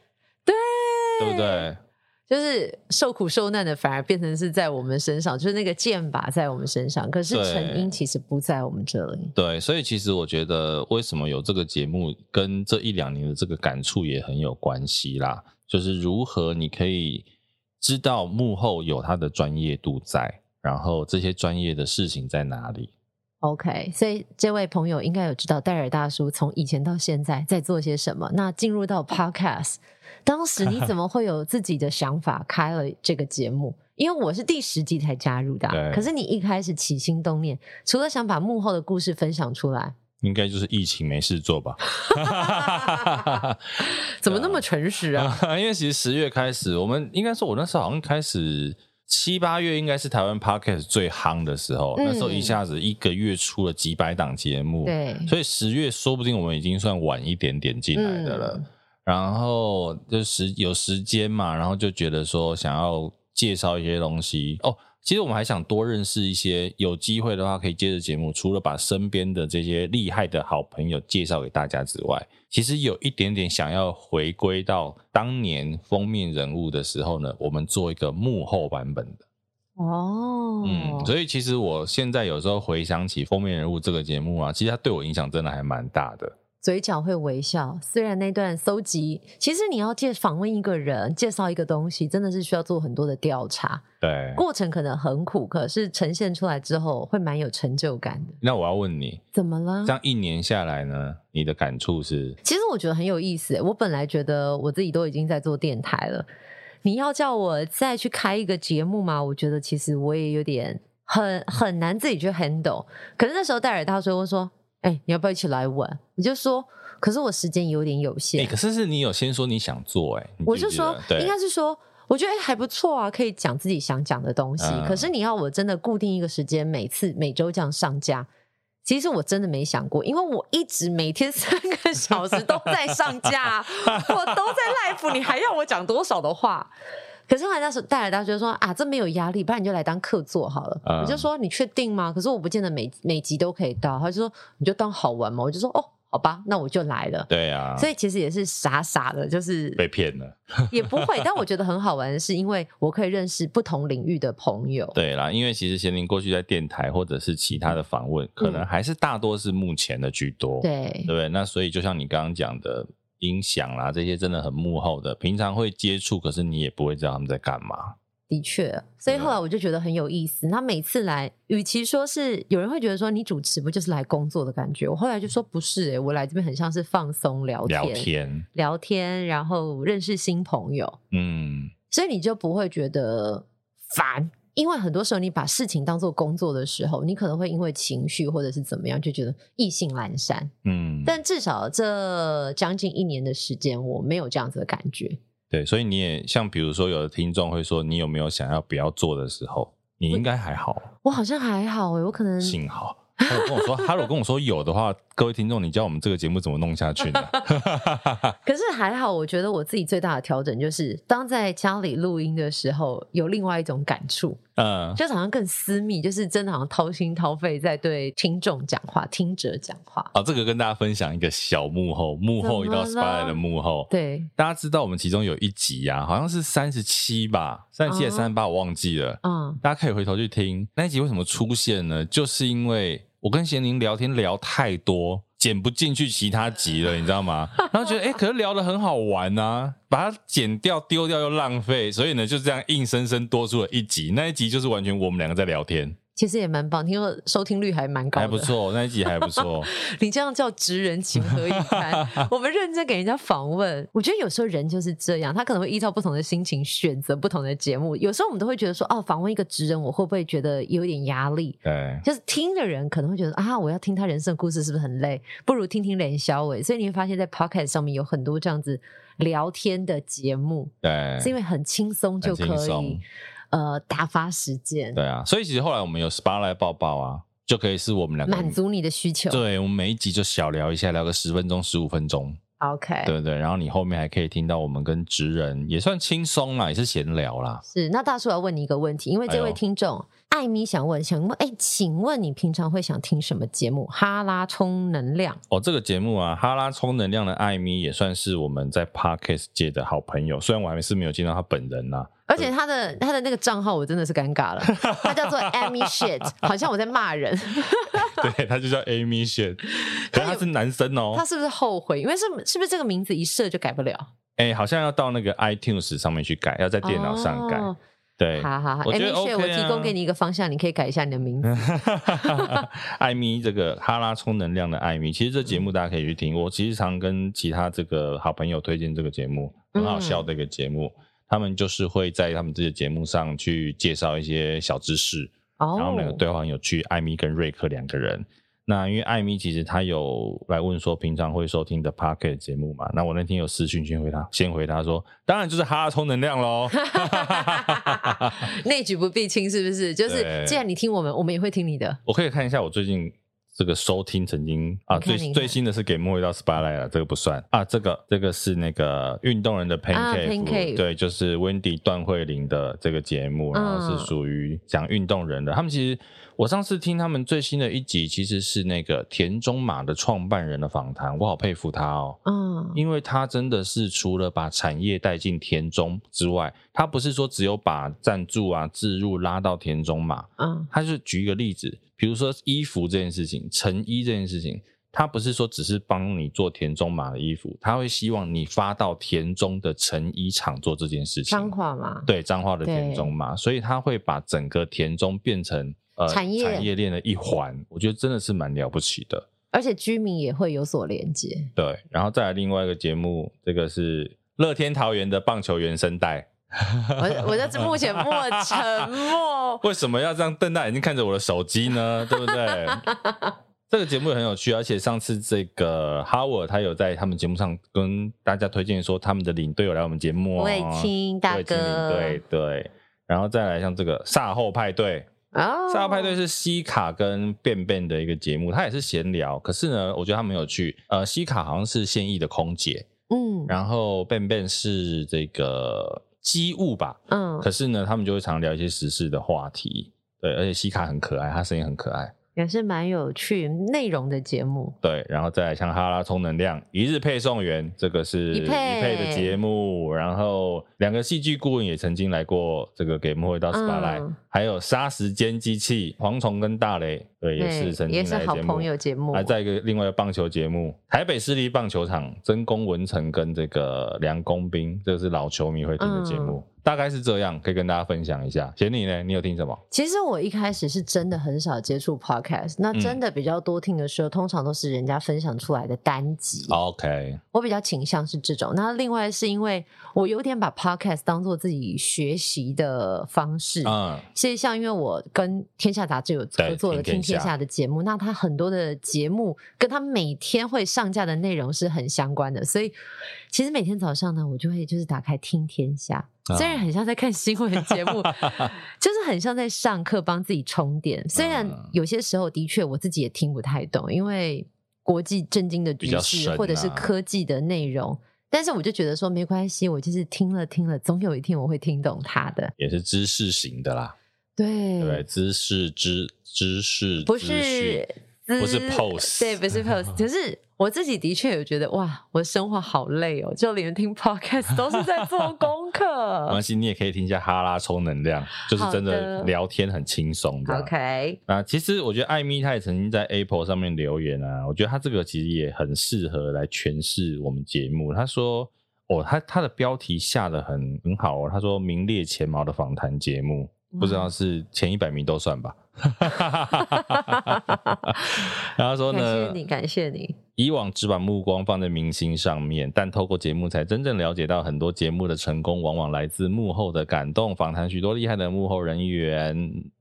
C: 对，
A: 对不？对？
C: 就是受苦受难的反而变成是在我们身上，就是那个剑拔在我们身上，可是
A: 对
C: 成因其实不在我们这里。
A: 对，所以其实我觉得为什么有这个节目，跟这一两年的这个感触也很有关系啦。就是如何你可以知道幕后有他的专业度在，然后这些专业的事情在哪里。
C: OK，所以这位朋友应该有知道戴尔大叔从以前到现在在做些什么。那进入到 Podcast，当时你怎么会有自己的想法开了这个节目？因为我是第十集才加入的啊、
A: 对
C: 可是你一开始起心动念，除了想把幕后的故事分享出来，
A: 应该就是疫情没事做 吧。
C: 怎么那么诚 实啊？
A: 啊，因为其实十月开始，我们应该说，我那时候好像开始七八月，应该是台湾 podcast 最夯的时候。
C: 嗯
A: 那时候一下子一个月出了几百档节目，
C: 对，
A: 所以十月说不定我们已经算晚一点点进来的了。
C: 嗯
A: 然后就时有时间嘛，然后就觉得说想要介绍一些东西哦。其实我们还想多认识一些，有机会的话可以接着节目，除了把身边的这些厉害的好朋友介绍给大家之外，其实有一点点想要回归到当年封面人物的时候呢，我们做一个幕后版本的。
C: 哦，
A: 嗯，所以其实我现在有时候回想起《封面人物》这个节目啊，其实它对我影响真的还蛮大的。
C: 嘴角会微笑。虽然那段搜集，其实你要介访问一个人，介绍一个东西，真的是需要做很多的调查，
A: 对，
C: 过程可能很苦，可是呈现出来之后会蛮有成就感的。
A: 那我要问你，
C: 怎么了
A: 这？样一年下来呢，你的感触是？
C: 其实我觉得很有意思欸。我本来觉得我自己都已经在做电台了，你要叫我再去开一个节目嘛？我觉得其实我也有点很很难自己去 handle。可是那时候戴尔大追问说：“哎、你要不要一起来玩？”我就说：“可是我时间有点有限。
A: 哎，可是是你有先说你想做，哎，你
C: 我
A: 记
C: 就
A: 不记得
C: 说，
A: 对
C: 应该是说，我觉得、哎还不错啊，可以讲自己想讲的东西。
A: 嗯
C: 可是你要我真的固定一个时间，每次每周这样上架，其实我真的没想过，因为我一直每天三个小时都在上架， 我都在 live，你还要我讲多少的话？可是后来那时候戴尔大学说啊，这没有压力，不然你就来当客座好了。
A: 嗯
C: 我就说你确定吗？可是我不见得每每集都可以到。他就说你就当好玩嘛。我就说哦，好吧，那我就来了。
A: 对啊，
C: 所以其实也是傻傻的，就是
A: 被骗了。
C: 也不会，但我觉得很好玩的是，因为我可以认识不同领域的朋友。
A: 对啦，因为其实贤玲过去在电台或者是其他的访问，可能还是大多是目前的居多，
C: 嗯对
A: 对不对？那所以就像你刚刚讲的，音响啦这些真的很幕后的，平常会接触，可是你也不会知道他们在干嘛。
C: 的确，所以后来我就觉得很有意思。那每次来，与其说是有人会觉得说你主持不就是来工作的感觉，我后来就说不是、欸，我来这边很像是放松聊天、
A: 聊天，
C: 聊天然后认识新朋友，
A: 嗯，
C: 所以你就不会觉得烦。因为很多时候你把事情当做工作的时候，你可能会因为情绪或者是怎么样，就觉得意兴阑珊。
A: 嗯，
C: 但至少这将近一年的时间，我没有这样子的感觉。
A: 对，所以你也像比如说，有的听众会说，你有没有想要不要做的时候？你应该还好，
C: 我好像还好诶、欸我可能
A: 幸好。他有跟我说，他有跟我说有的话，各位听众，你叫我们这个节目怎么弄下去 呢？
C: 可是还好，我觉得我自己最大的调整就是，当在家里录音的时候，有另外一种感触，
A: 嗯，
C: 就是好像更私密，就是真的好像掏心掏肺在对听众讲话、听者讲话。
A: 好，这个跟大家分享一个小幕后，幕后一道
C: 怎么了
A: spotlight 的幕后。
C: 对，
A: 大家知道我们其中有一集啊，好像是三十七吧，三十七还是三十八，我忘记了。
C: 嗯，
A: 大家可以回头去听那一集为什么出现呢？就是因为我跟贤宁聊天聊太多，剪不进去其他集了，你知道 吗？然后觉得哎、诶可是聊得很好玩啊，把它剪掉丢掉又浪费，所以呢就这样硬生生多出了一集。那一集就是完全我们两个在聊天，
C: 其实也蛮棒，听说收听率还蛮高
A: 还
C: 的，
A: 不。错，那一集还不 错。
C: 你这样叫职人情何以 堪？我们认真给人家访问，我觉得有时候人就是这样，他可能会依照不同的心情选择不同的节目。有时候我们都会觉得说，哦，访问一个职人，我会不会觉得有一点压力？
A: 对，
C: 就是听的人可能会觉得啊，我要听他人生的故事是不是很累？不如听听连小伟。所以你会发现在 Podcast 上面有很多这样子聊天的节目，
A: 对，
C: 是因为很轻松就
A: 很
C: 可
A: 轻
C: 以
A: 松
C: 呃打发时间，
A: 对啊，所以其实后来我们有 SPA 来抱抱啊，就可以是我们两个
C: 满。足你的需求。
A: 对，我们每一集就小聊一下，聊个十分钟、十五分钟，
C: OK，
A: 对不对？然后你后面还可以听到我们跟职人也算轻松啦，也是闲聊啦。
C: 是，那大叔要问你一个问题，因为这
A: 哎
C: 位
A: 呦
C: 听众、艾米想问，想问，哎，请问你平常会想听什么节目？哈拉充能量，
A: 哦，这个节目啊，哈拉充能量的艾米也算是我们在 podcast 界的好朋友，虽然我还是没有见到他本人 啦、
C: 而且他的他的那个账号我真的是尴尬了，他叫做 Amy Shit，好像我在骂人，
A: 对他就叫 Amy Shen，可是他是男生哦
C: 他，是不是后悔？因为是是不是这个名字一设就改不了？
A: 哎，好像要到那个 iTunes 上面去改，要在电脑上改，
C: 哦
A: 对，
C: 好好好
A: 我觉
C: ，Amy
A: 得
C: Shit，我
A: OK 啊嗯
C: 提供给你一个方向，你可以改一下你的名字。
A: 艾米这个哈拉充能量的艾米，其实这节目大家可以去听。我其实常跟其他这个好朋友推荐这个节目，很好笑的一个节目。他们就是会在他们自己的节目上去介绍一些小知识，
C: 哦，
A: 然后那个对话很有趣。艾米跟瑞克两个人，那因为艾米其实他有来问说平常会收听的 p a r k e t 节目嘛，那我那天有私讯先回他，先回他说，当然就是哈拉充能量喽。
C: 内举不避亲，是不是？就是
A: 对
C: 既然你听我们，我们也会听你的。
A: 我可以看一下我最近这个收听曾经啊，
C: 你看
A: 最
C: 你看
A: 最新的是给莫一到 spotlight 了，这个不算啊。这个这个是那个运动人的
C: 啊
A: pancake，、
C: Pancave
A: 对，就是 Wendy 段慧玲的这个节目，
C: 嗯
A: 然后是属于讲运动人的。他们其实我上次听他们最新的一集，其实是那个田中马的创办人的访谈，我好佩服他哦。
C: 嗯，
A: 因为他真的是除了把产业带进田中之外，他不是说只有把赞助啊、置入拉到田中马，
C: 嗯，
A: 他就举一个例子，比如说衣服这件事情，成衣这件事情，他不是说只是帮你做田中马的衣服，他会希望你发到田中的成衣厂做这件事情。
C: 脏话嘛，
A: 对彰化的
C: 对
A: 田中马，所以他会把整个田中变成呃
C: 产业
A: 产业链的一环，我觉得真的是蛮了不起的。
C: 而且居民也会有所连接。
A: 对，然后再来另外一个节目，这个是乐天桃园的棒球原声带。
C: 我我就目前默沉 默。
A: 为什么要这样瞪大眼睛看着我的手机呢？对不对？这个节目也很有趣，而且上次这个哈沃他有在他们节目上跟大家推荐说，他们的领队有来我们节目、哦，
C: 卫青大
A: 卫青领
C: 哥
A: 队对，然后再来像这个赛后派对，
C: 哦，
A: 赛后派对是西卡跟便便的一个节目，它也是闲聊，可是呢，我觉得他们有趣。呃，西卡好像是现役的空姐，
C: 嗯
A: 然后便便是这个机务吧，
C: 嗯
A: 可，是呢，他们就会常聊一些时事的话题。对，而且西卡很可爱，他声音很可爱。
C: 也是蛮有趣内容的节目。
A: 对，然后再来像哈拉充能量、一日配送员，这个是
C: 一
A: 一
C: 配
A: 配的节目。然后两个戏剧顾问也曾经来过这个给幕后一道 spotlight，、
C: 嗯
A: 还有杀时间机器、蝗虫跟大雷，对，也是曾经
C: 对也是
A: 来
C: 好
A: 节目
C: 朋。友节目，
A: 还在一个另外一个棒球节目，台北市立棒球场，曾公文成跟这个梁公斌，这是老球迷会听的节目，
C: 嗯
A: 大概是这样，可以跟大家分享一下。贤你呢？你有听什么？
C: 其实我一开始是真的很少接触 podcast，那真的比较多听的时候，通常都是人家分享出来的单集。
A: OK，
C: 我比较倾向是这种。那另外是因为我有点把 podcast 当做自己学习的方式。
A: 嗯，
C: 所以，像因为我跟天下杂志有
A: 对
C: 合作的《
A: 听
C: 听
A: 天
C: 天
A: 下
C: 下》的节目，那它很多的节目跟它每天会上架的内容是很相关的，所以其实每天早上呢，我就会就是打开《听天下》，虽
A: 啊
C: 然很像在看新闻节 目，就是很像在上课帮自己充电。虽然
A: 嗯
C: 有些时候的确我自己也听不太懂，因为国际震惊的
A: 比
C: 局
A: 较
C: 势、
A: 深
C: 或者是
A: 啊
C: 科技的内容。但是我就觉得说没关系，我就是听了听了，总有一天我会听懂它的。
A: 也是知识型的啦，对不对？知识知知识
C: 嗯不
A: 资讯
C: 是
A: 不是
C: 姿
A: pose
C: 嗯对，不是 pose。可是我自己的确有觉得，哇，我生活好累哦，就连听 podcast 都是在做功
A: 没
C: 课
A: 关。系，你也可以听一下哈拉充能量，就是真
C: 好
A: 的
C: 的
A: 聊天很轻松的。
C: OK，
A: 啊，其实我觉得艾米她也曾经在 Apple 上面留言啊，我觉得她这个其实也很适合来诠释我们节目。她说，哦，她她的标题下的很很好哦，她说名列前茅的访谈节目，
C: 嗯
A: 不知道是前一百名都算吧。 然后她说
C: 感谢
A: 呢，
C: 你，感谢你。
A: 以往只把目光放在明星上面，但透过节目才真正了解到，很多节目的成功往往来自幕后的感动。访谈许多厉害的幕后人员，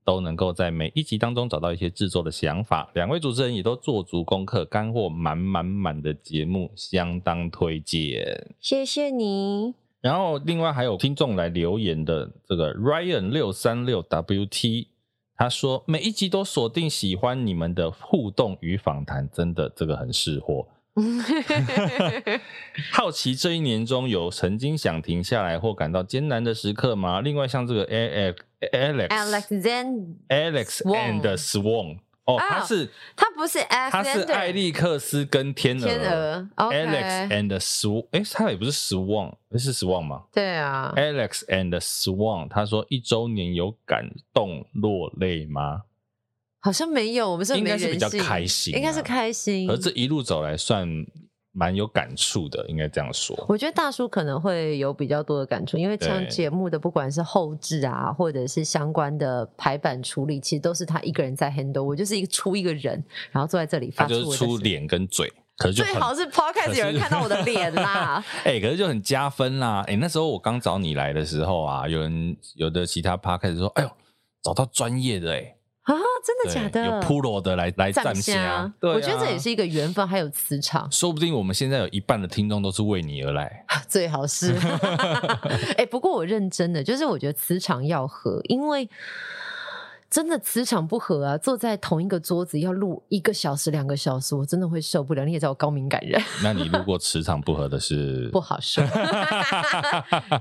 A: 都能够在每一集当中找到一些制作的想法。两位主持人也都做足功课，干货满满满的节目，相当推荐。
C: 谢谢 你，
A: 然后另外还有听众来留言的这个 Ryan 六三六 WT，他说每一集都锁定喜欢你们的互动与访谈，真的这个很识货。好奇这一年中有曾经想停下来或感到艰难的时刻吗？另外像这个 Alex
C: Alex
A: Alex
C: Zan，
A: Alex
C: Swan
A: and Swan，哦，
C: 啊
A: 他是
C: 他不是 Alexander
A: 他是艾利克斯跟天鹅
C: 天鹅，OK
A: Alex and Swan，哎，他也不是 Swan，诶是 Swan 吗？
C: 对啊，
A: Alex and Swan，他说一周年有感动落泪吗？
C: 好像没有，我们是
A: 应
C: 没
A: 该
C: 人
A: 是
C: 性，
A: 比较开心啊
C: 应该是开心
A: 而。这一路走来算蛮有感触的，应该这样说。
C: 我觉得大叔可能会有比较多的感触，因为像
A: 对
C: 节目的不管是后置啊，或者是相关的排版处理，其实都是他一个人在 handle。我就是一个 出一个人，然后坐在这里
A: 他
C: 发出
A: 就
C: 我
A: 是出
C: 的声音。
A: 脸跟嘴，可是就
C: 最
A: 很。
C: 好是 podcast 有人看到我的脸啦。
A: 哎、可是就很加分啦。哎、那时候我刚找你来的时候啊，有人有的其他 p 开始说，哎呦，找到专业的哎、
C: 啊，真的
A: 对
C: 假的？
A: 有 pro 的来来站
C: 下
A: 下，，对啊、
C: 我觉得这也是一个缘分，还有磁场，
A: 说不定我们现在有一半的听众都是为你而来。
C: 最好 是。哎、不过我认真的，就是我觉得磁场要合，因为真的磁场不合啊，坐在同一个桌子要录一个小时、两个小时，我真的会受不了。你也知道我高敏感 人，
A: 那你如果磁场不合的是
C: 不 好说，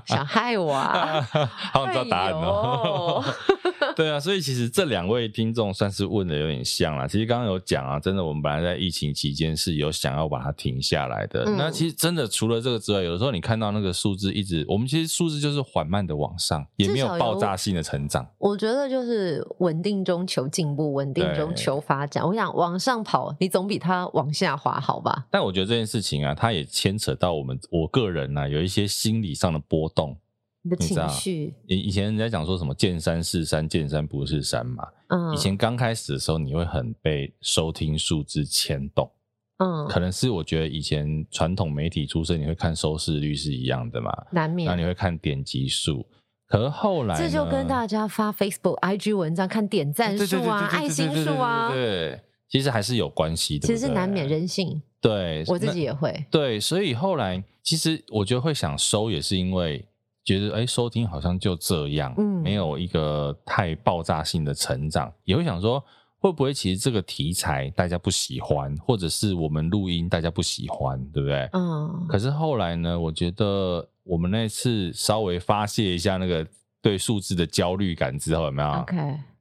C: 想害我啊？哎
A: 好想知道答案哦。 对啊，所以其实这两位听众算是问的有点像啦。其实刚刚有讲啊，真的我们本来在疫情期间是有想要把它停下来的。
C: 嗯
A: 那其实真的除了这个之外，有的时候你看到那个数字一直，我们其实数字就是缓慢的往上，也没有
C: 至少有
A: 爆炸性的成长。
C: 我觉得就是稳定中求进步，稳定中
A: 对
C: 求发展。我想往上跑，你总比他往下滑好吧？
A: 但我觉得这件事情啊，它也牵扯到我们我个人呢、啊、有一些心理上的波动。
C: 你的
A: 你知道
C: 情绪，
A: 以以前人家讲说什么见山是山，见山不是山嘛。
C: 嗯，
A: 以前刚开始的时候，你会很被收听数字牵动。
C: 嗯，
A: 可能是我觉得以前传统媒体出身，你会看收视率是一样的嘛，
C: 难
A: 然后
C: 免
A: 你会看点击数，可是后来呢
C: 这就跟大家发 Facebook、IG 文章看点赞
A: 对对对
C: 数啊、
A: 对对
C: 爱
A: 对
C: 心
A: 对对
C: 数啊
A: 对，对对对，其实还是有关系的，
C: 其实是难免
A: 对
C: 人性。
A: 不对。对
C: 我自己
A: 那
C: 也会，
A: 对，所以后来其实我觉得会想收，也是因为觉得哎，收听好像就这样，
C: 嗯
A: 没有一个太爆炸性的成长，也会想说会不会其实这个题材大家不喜欢，或者是我们录音大家不喜欢，对不对？
C: 嗯，
A: 可是后来呢，我觉得我们那次稍微发泄一下那个对数字的焦虑感之后，有没有
C: OK，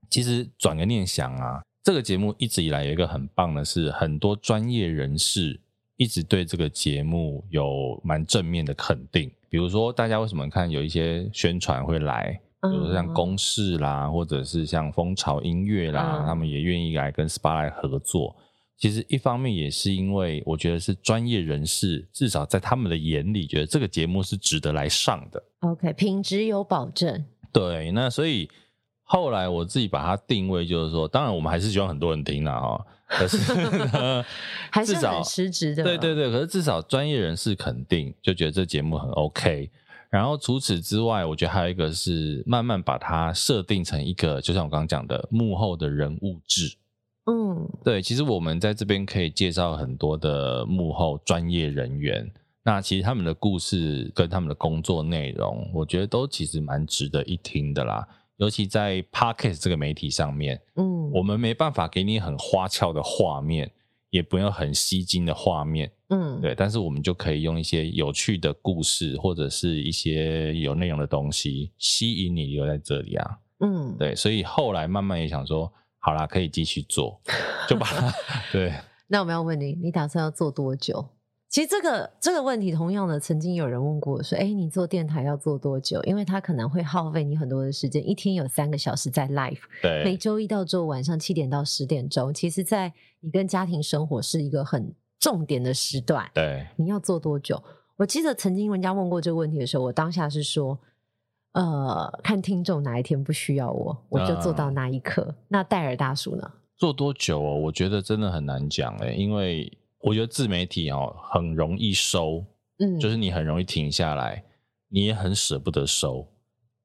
A: 其实转个念想啊，这个节目一直以来有一个很棒的是，很多专业人士一直对这个节目有蛮正面的肯定。比如说，大家为什么看有一些宣传会来，
C: 嗯
A: 比如说像公式啦，或者是像蜂巢音乐啦，
C: 嗯
A: 他们也愿意来跟 SPA 来合作。其实一方面也是因为我觉得是专业人士，至少在他们的眼里，觉得这个节目是值得来上的。
C: OK，品质有保证，
A: 对，那所以后来我自己把它定位，就是说，当然我们还是希望很多人听啦哈、哦，可是呢
C: 还是
A: 至少啊
C: 很实质的。
A: 对对对，可是至少专业人士肯定就觉得这节目很 OK。然后除此之外，我觉得还有一个是慢慢把它设定成一个，就像我刚刚讲的幕后的人物志。
C: 嗯，
A: 对，其实我们在这边可以介绍很多的幕后专业人员。那其实他们的故事跟他们的工作内容，我觉得都其实蛮值得一听的啦。尤其在 Podcast 这个媒体上面，
C: 嗯
A: 我们没办法给你很花俏的画面，也不用很吸睛的画面，
C: 嗯，
A: 对。但是我们就可以用一些有趣的故事，或者是一些有内容的东西，吸引你留在这里啊。
C: 嗯，
A: 对，所以后来慢慢也想说，好啦，可以继续做，就把 它对
C: 那我们要问你，你打算要做多久？其实这个这个问题，同样的，曾经有人问过我说：“哎，你做电台要做多久？”因为它可能会耗费你很多的时间，一天有三个小时在 live，每
A: 对
C: 周一到周五晚上七点到十点钟。其实，在你跟家庭生活是一个很重点的时段，
A: 对
C: 你要做多久？我记得曾经人家问过这个问题的时候，我当下是说，呃，看听众哪一天不需要我，我就做
A: 嗯
C: 到那一刻。那戴尔大叔呢？
A: 做多久哦？我觉得真的很难讲诶、因为我觉得自媒体哦很容易收，
C: 嗯，
A: 就是你很容易停下来，你也很舍不得收，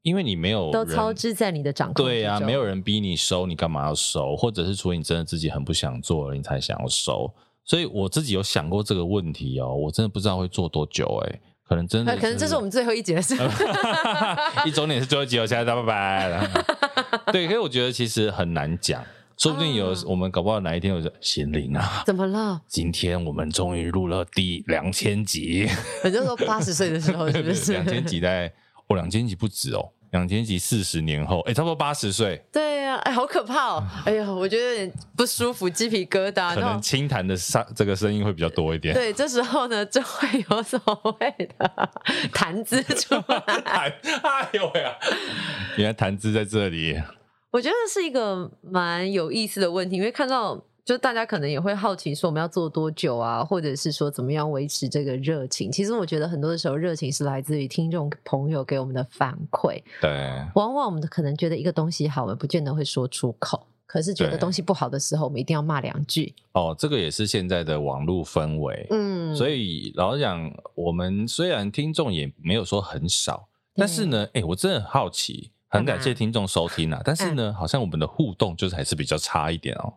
A: 因为你没有
C: 都
A: 人
C: 操之在你的掌控之中。
A: 对啊，没有人逼你收，你干嘛要收？或者是除非你真的自己很不想做了，你才想要收。所以我自己有想过这个问题哦，我真的不知道会做多久诶、可能真的
C: 呃，可能这是我们最后一节的事。
A: 一周年是最后一集哦，下次大家拜拜。然后 对，可是我觉得其实很难讲，说不定有、
C: 啊
A: 我们搞不好哪一天有贤玲啊，
C: 怎么了？
A: 今天我们终于录了第两千集，
C: 我就说八十岁的时候哦是不是？
A: 两千集在，哦，两千集不止哦，两千集四十年后，哎、差不多八十岁，
C: 对啊，哎，好可怕 哦！哎呦，我觉得有点不舒服，鸡皮疙瘩。
A: 可
C: 然
A: 能
C: 后
A: 清谈的上这个声音会比较多一点。
C: 啊对，这时候呢，就会有所谓的 谈资出来。
A: 谈， 哎呦喂啊！原来谈资在这里，
C: 我觉得是一个蛮有意思的问题，因为看到就大家可能也会好奇说我们要做多久啊，或者是说怎么样维持这个热情。其实我觉得很多的时候，热情是来自于听众朋友给我们的反馈。
A: 对
C: 往往我们可能觉得一个东西好，我们不见得会说出口。可是觉得
A: 对
C: 东西不好的时候，我们一定要骂两句。
A: 哦，这个也是现在的网络氛围，
C: 嗯，
A: 所
C: 以
A: 以老实讲，我们虽然听众也没有说很少，
C: 对
A: 但是呢，哎、我真的很好奇，很感谢听众收听
C: 嗯
A: 啊。但是呢，好像我们的互动就是还是比较差一点哦。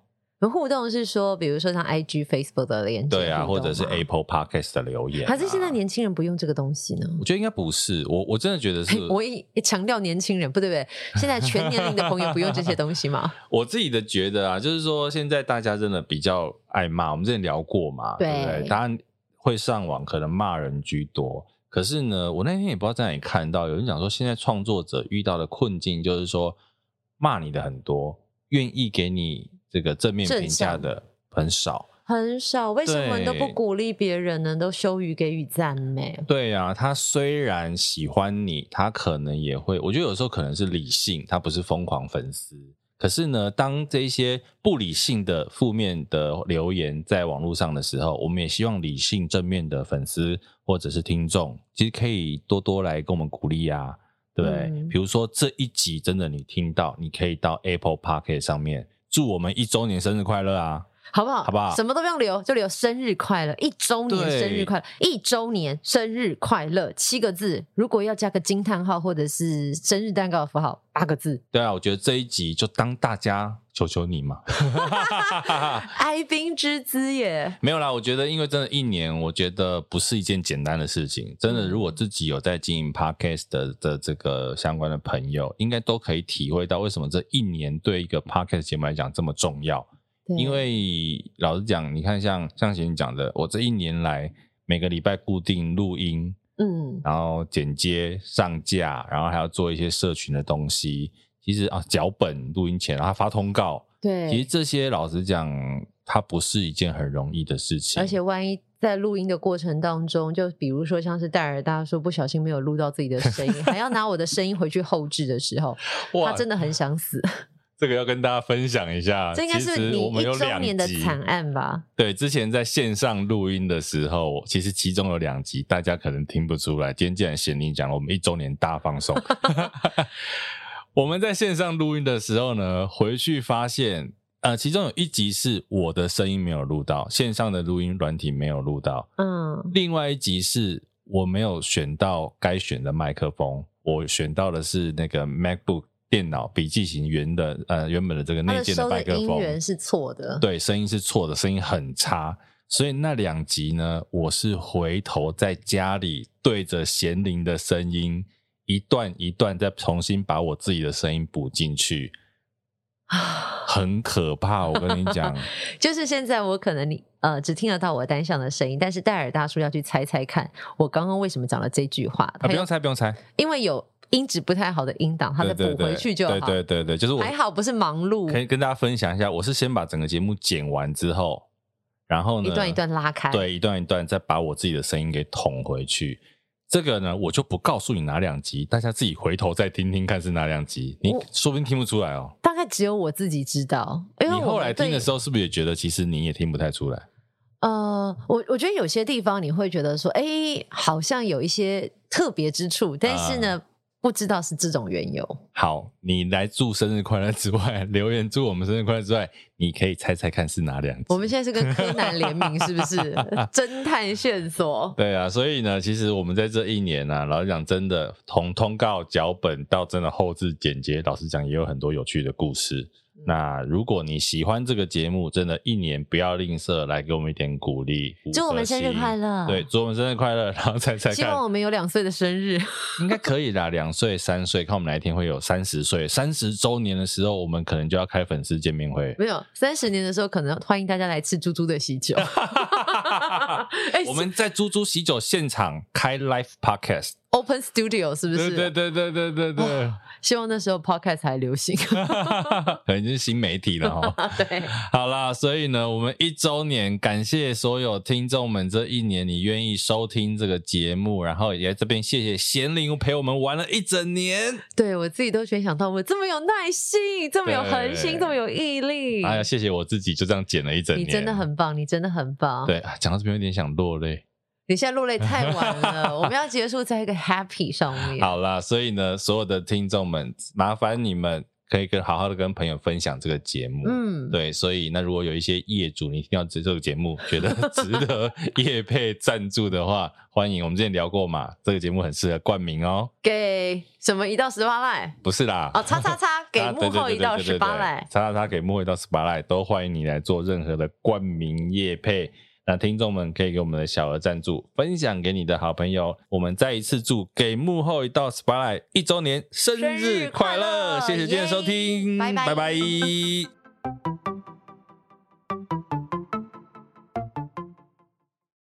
C: 互动是说，比如说像 IG、Facebook 的连接互动吗，
A: 对啊，或者是 Apple Podcast 的留言啊、
C: 还是现在年轻人不用这个东西呢？
A: 我觉得应该不是，我我真的觉得是
C: 哎我也强调年轻人，不对不 对，现在全年龄的朋友不用这些东西嘛？
A: 我自己的觉得啊，就是说现在大家真的比较爱骂，我们之前聊过嘛，对
C: 对
A: 不对？当然会上网，可能骂人居多。可是呢，我那天也不知道在哪里看到有人讲说，现在创作者遇到的困境就是说，骂你的很多，愿意给你这个正面
C: 正
A: 评价
C: 向
A: 的很少。
C: 很少，为什么
A: 对
C: 都不鼓励别人呢？都羞于给予赞美。
A: 对啊，他虽然喜欢你，他可能也会，我觉得有时候可能是理性，他不是疯狂粉丝。可是呢，当这些不理性的负面的留言在网络上的时候，我们也希望理性正面的粉丝或者是听众，其实可以多多来跟我们鼓励啊，对不对？
C: 嗯
A: 比如说这一集真的你听到，你可以到 Apple Park 上面祝我们一周年生日快乐啊！
C: 好不好？
A: 好不好
C: 什么都不用留，就留生日快乐，一周年
A: 对
C: 生日快乐，一周年生日快乐七个字。如果要加个惊叹号或者是生日蛋糕的符号，八个字。
A: 对啊，我觉得这一集就当大家求求你嘛。
C: 哀兵之资耶，
A: 没有啦，我觉得因为真的，一年我觉得不是一件简单的事情。真
C: 嗯
A: 的，如果自己有在经营 podcast 的的这个相关的朋友，应该都可以体会到为什么这一年对一个 podcast 节目来讲这么重要。
C: 对
A: 因为老实讲，你看像像贤讲的，我这一年来每个礼拜固定录音，
C: 嗯，
A: 然后剪接、上架，然后还要做一些社群的东西。其实啊，脚本录音前，然后发通告，
C: 对，
A: 其实这些老实讲，它不是一件很容易的事情。
C: 而且万一在录音的过程当中，就比如说像是戴尔大叔不小心没有录到自己的声音，还要拿我的声音回去后置的时候，
A: 哇
C: 他真的很想死。
A: 这个要跟大家分享一下，
C: 这应该
A: 啊其
C: 是
A: 实
C: 你
A: 我们
C: 一
A: 有
C: 周
A: 两
C: 年的
A: 集
C: 惨案吧？
A: 对，之前在线上录音的时候，其实其中有两集大家可能听不出来。今天既然贤玲讲了，我们一周年大放 送。 我们在线上录音的时候呢，回去发现，呃，其中有一集是我的声音没有录到，线上的录音软体没有录到；
C: 嗯，
A: 另外一集是我没有选到该选的麦克风，我选到的是那个 MacBook 电脑笔记型原的呃原本的这个
C: 他
A: 内
C: 的
A: 建
C: 收
A: 麦
C: 的
A: 克
C: 音
A: 风。
C: 源是错的。
A: 对，声音是错的，声音很差。所以那两集呢，我是回头在家里对着贤玲的声音一段一段再重新把我自己的声音补进去，很可怕。我跟你 讲， 啊
C: 就是现在我可能你呃只听得到我单向的声音，但是戴尔大叔要去猜猜看，我刚刚为什么讲了这句话？
A: 啊，
C: 他
A: 不
C: 要
A: 用猜，不用猜，
C: 因为有音质不太好的音档，他再
A: 对对
C: 补回
A: 对，
C: 去就好。
A: 对对对对，就是我
C: 还好不是忙碌
A: 可以跟大家分享一下，我是先把整个节目剪完之后，然后呢
C: 一段一段拉开。
A: 对，一段一段再把我自己的声音给捅回去。这个呢，我就不告诉你哪两集，大家自己回头再听听看是哪两集，你
C: 我
A: 说不定听不出来哦。
C: 大概只有我自己知道，因为
A: 你
C: 我
A: 后
C: 们
A: 来
C: 对
A: 听的时候，是不是也觉得其实你也听不太出来？
C: 呃，我我觉得有些地方你会觉得说，哎、好像有一些特别之处，但是
A: 啊
C: 呢，不知道是这种缘由。
A: 好，你来祝生日快乐之外， 留言祝我们生日快乐之外，你可以猜猜看是哪两集。
C: 我们现在 是跟柯南联名，是不是？侦探线索。
A: 对啊，所以呢，其实我们在这一年啊，老实讲，真的从通告、脚本到真的后置剪接，老实讲也有很多有趣的故事。
C: 嗯
A: 那如果你喜欢这个节目，真的，一年不要吝啬来给我们一点鼓励，五
C: 祝我们
A: 颗
C: 生日
A: 星
C: 快乐
A: 对，祝我们生日快乐，然后猜猜
C: 希
A: 看
C: 望，我们有两岁的生日，
A: 应该可以啦，两岁、三岁，看我们哪一天会有三十岁、三十周年的时候，我们可能就要开粉丝见面会。
C: 没有三十年的时候，可能欢迎大家来吃猪猪的 喜酒。哎
A: 我们在猪猪喜酒现场开 live podcast，
C: Open Studio 是不
A: 对
C: 是？哦
A: 对对对对对对。
C: 希望那时候 Podcast 还流行。
A: 可能就是新媒体了哦。
C: 对，
A: 好啦，所以呢，我们一周年感谢所有听众们这一年你愿意收听这个节目，然后也在这边谢谢贤玲陪我们玩了一整年。
C: 对我自己都全想到，我这么有耐心，这么有恒心，
A: 对
C: 这么有毅力。
A: 哎呀，谢谢我自己就这样剪了一整
C: 嗯你
A: 年，
C: 真的很棒，你真的很棒。
A: 对。啊讲到这边有点想落泪。
C: 你现在落泪太晚 了，我们要结束在一个 happy 上面。
A: 好啦，所以呢，所有的听众们，麻烦你们可以跟好好的跟朋友分享这个节目。
C: 嗯，
A: 对，所以那如果有一些业主你听到这这个节目，觉得 值得业配赞助的话，欢迎。我们之前聊过嘛，这个节目很适合冠名哦，
C: 给什么一到十八赖？
A: 不是啦，
C: 哦，叉叉 叉，给
A: 啊
C: 幕后一到十八
A: 对对对对
C: 赖。
A: 对对叉叉叉给幕后一到十八赖，都欢迎你来做任何的冠名业配。那听众们可以给我们的小额赞助，分享给你的好朋友。我们再一次祝给幕后一到 spotlight 一周年生
C: 生日
A: 日
C: 快
A: 快
C: 乐
A: 乐！谢谢今天的收
C: 耶
A: 听，
C: 拜拜
A: 拜拜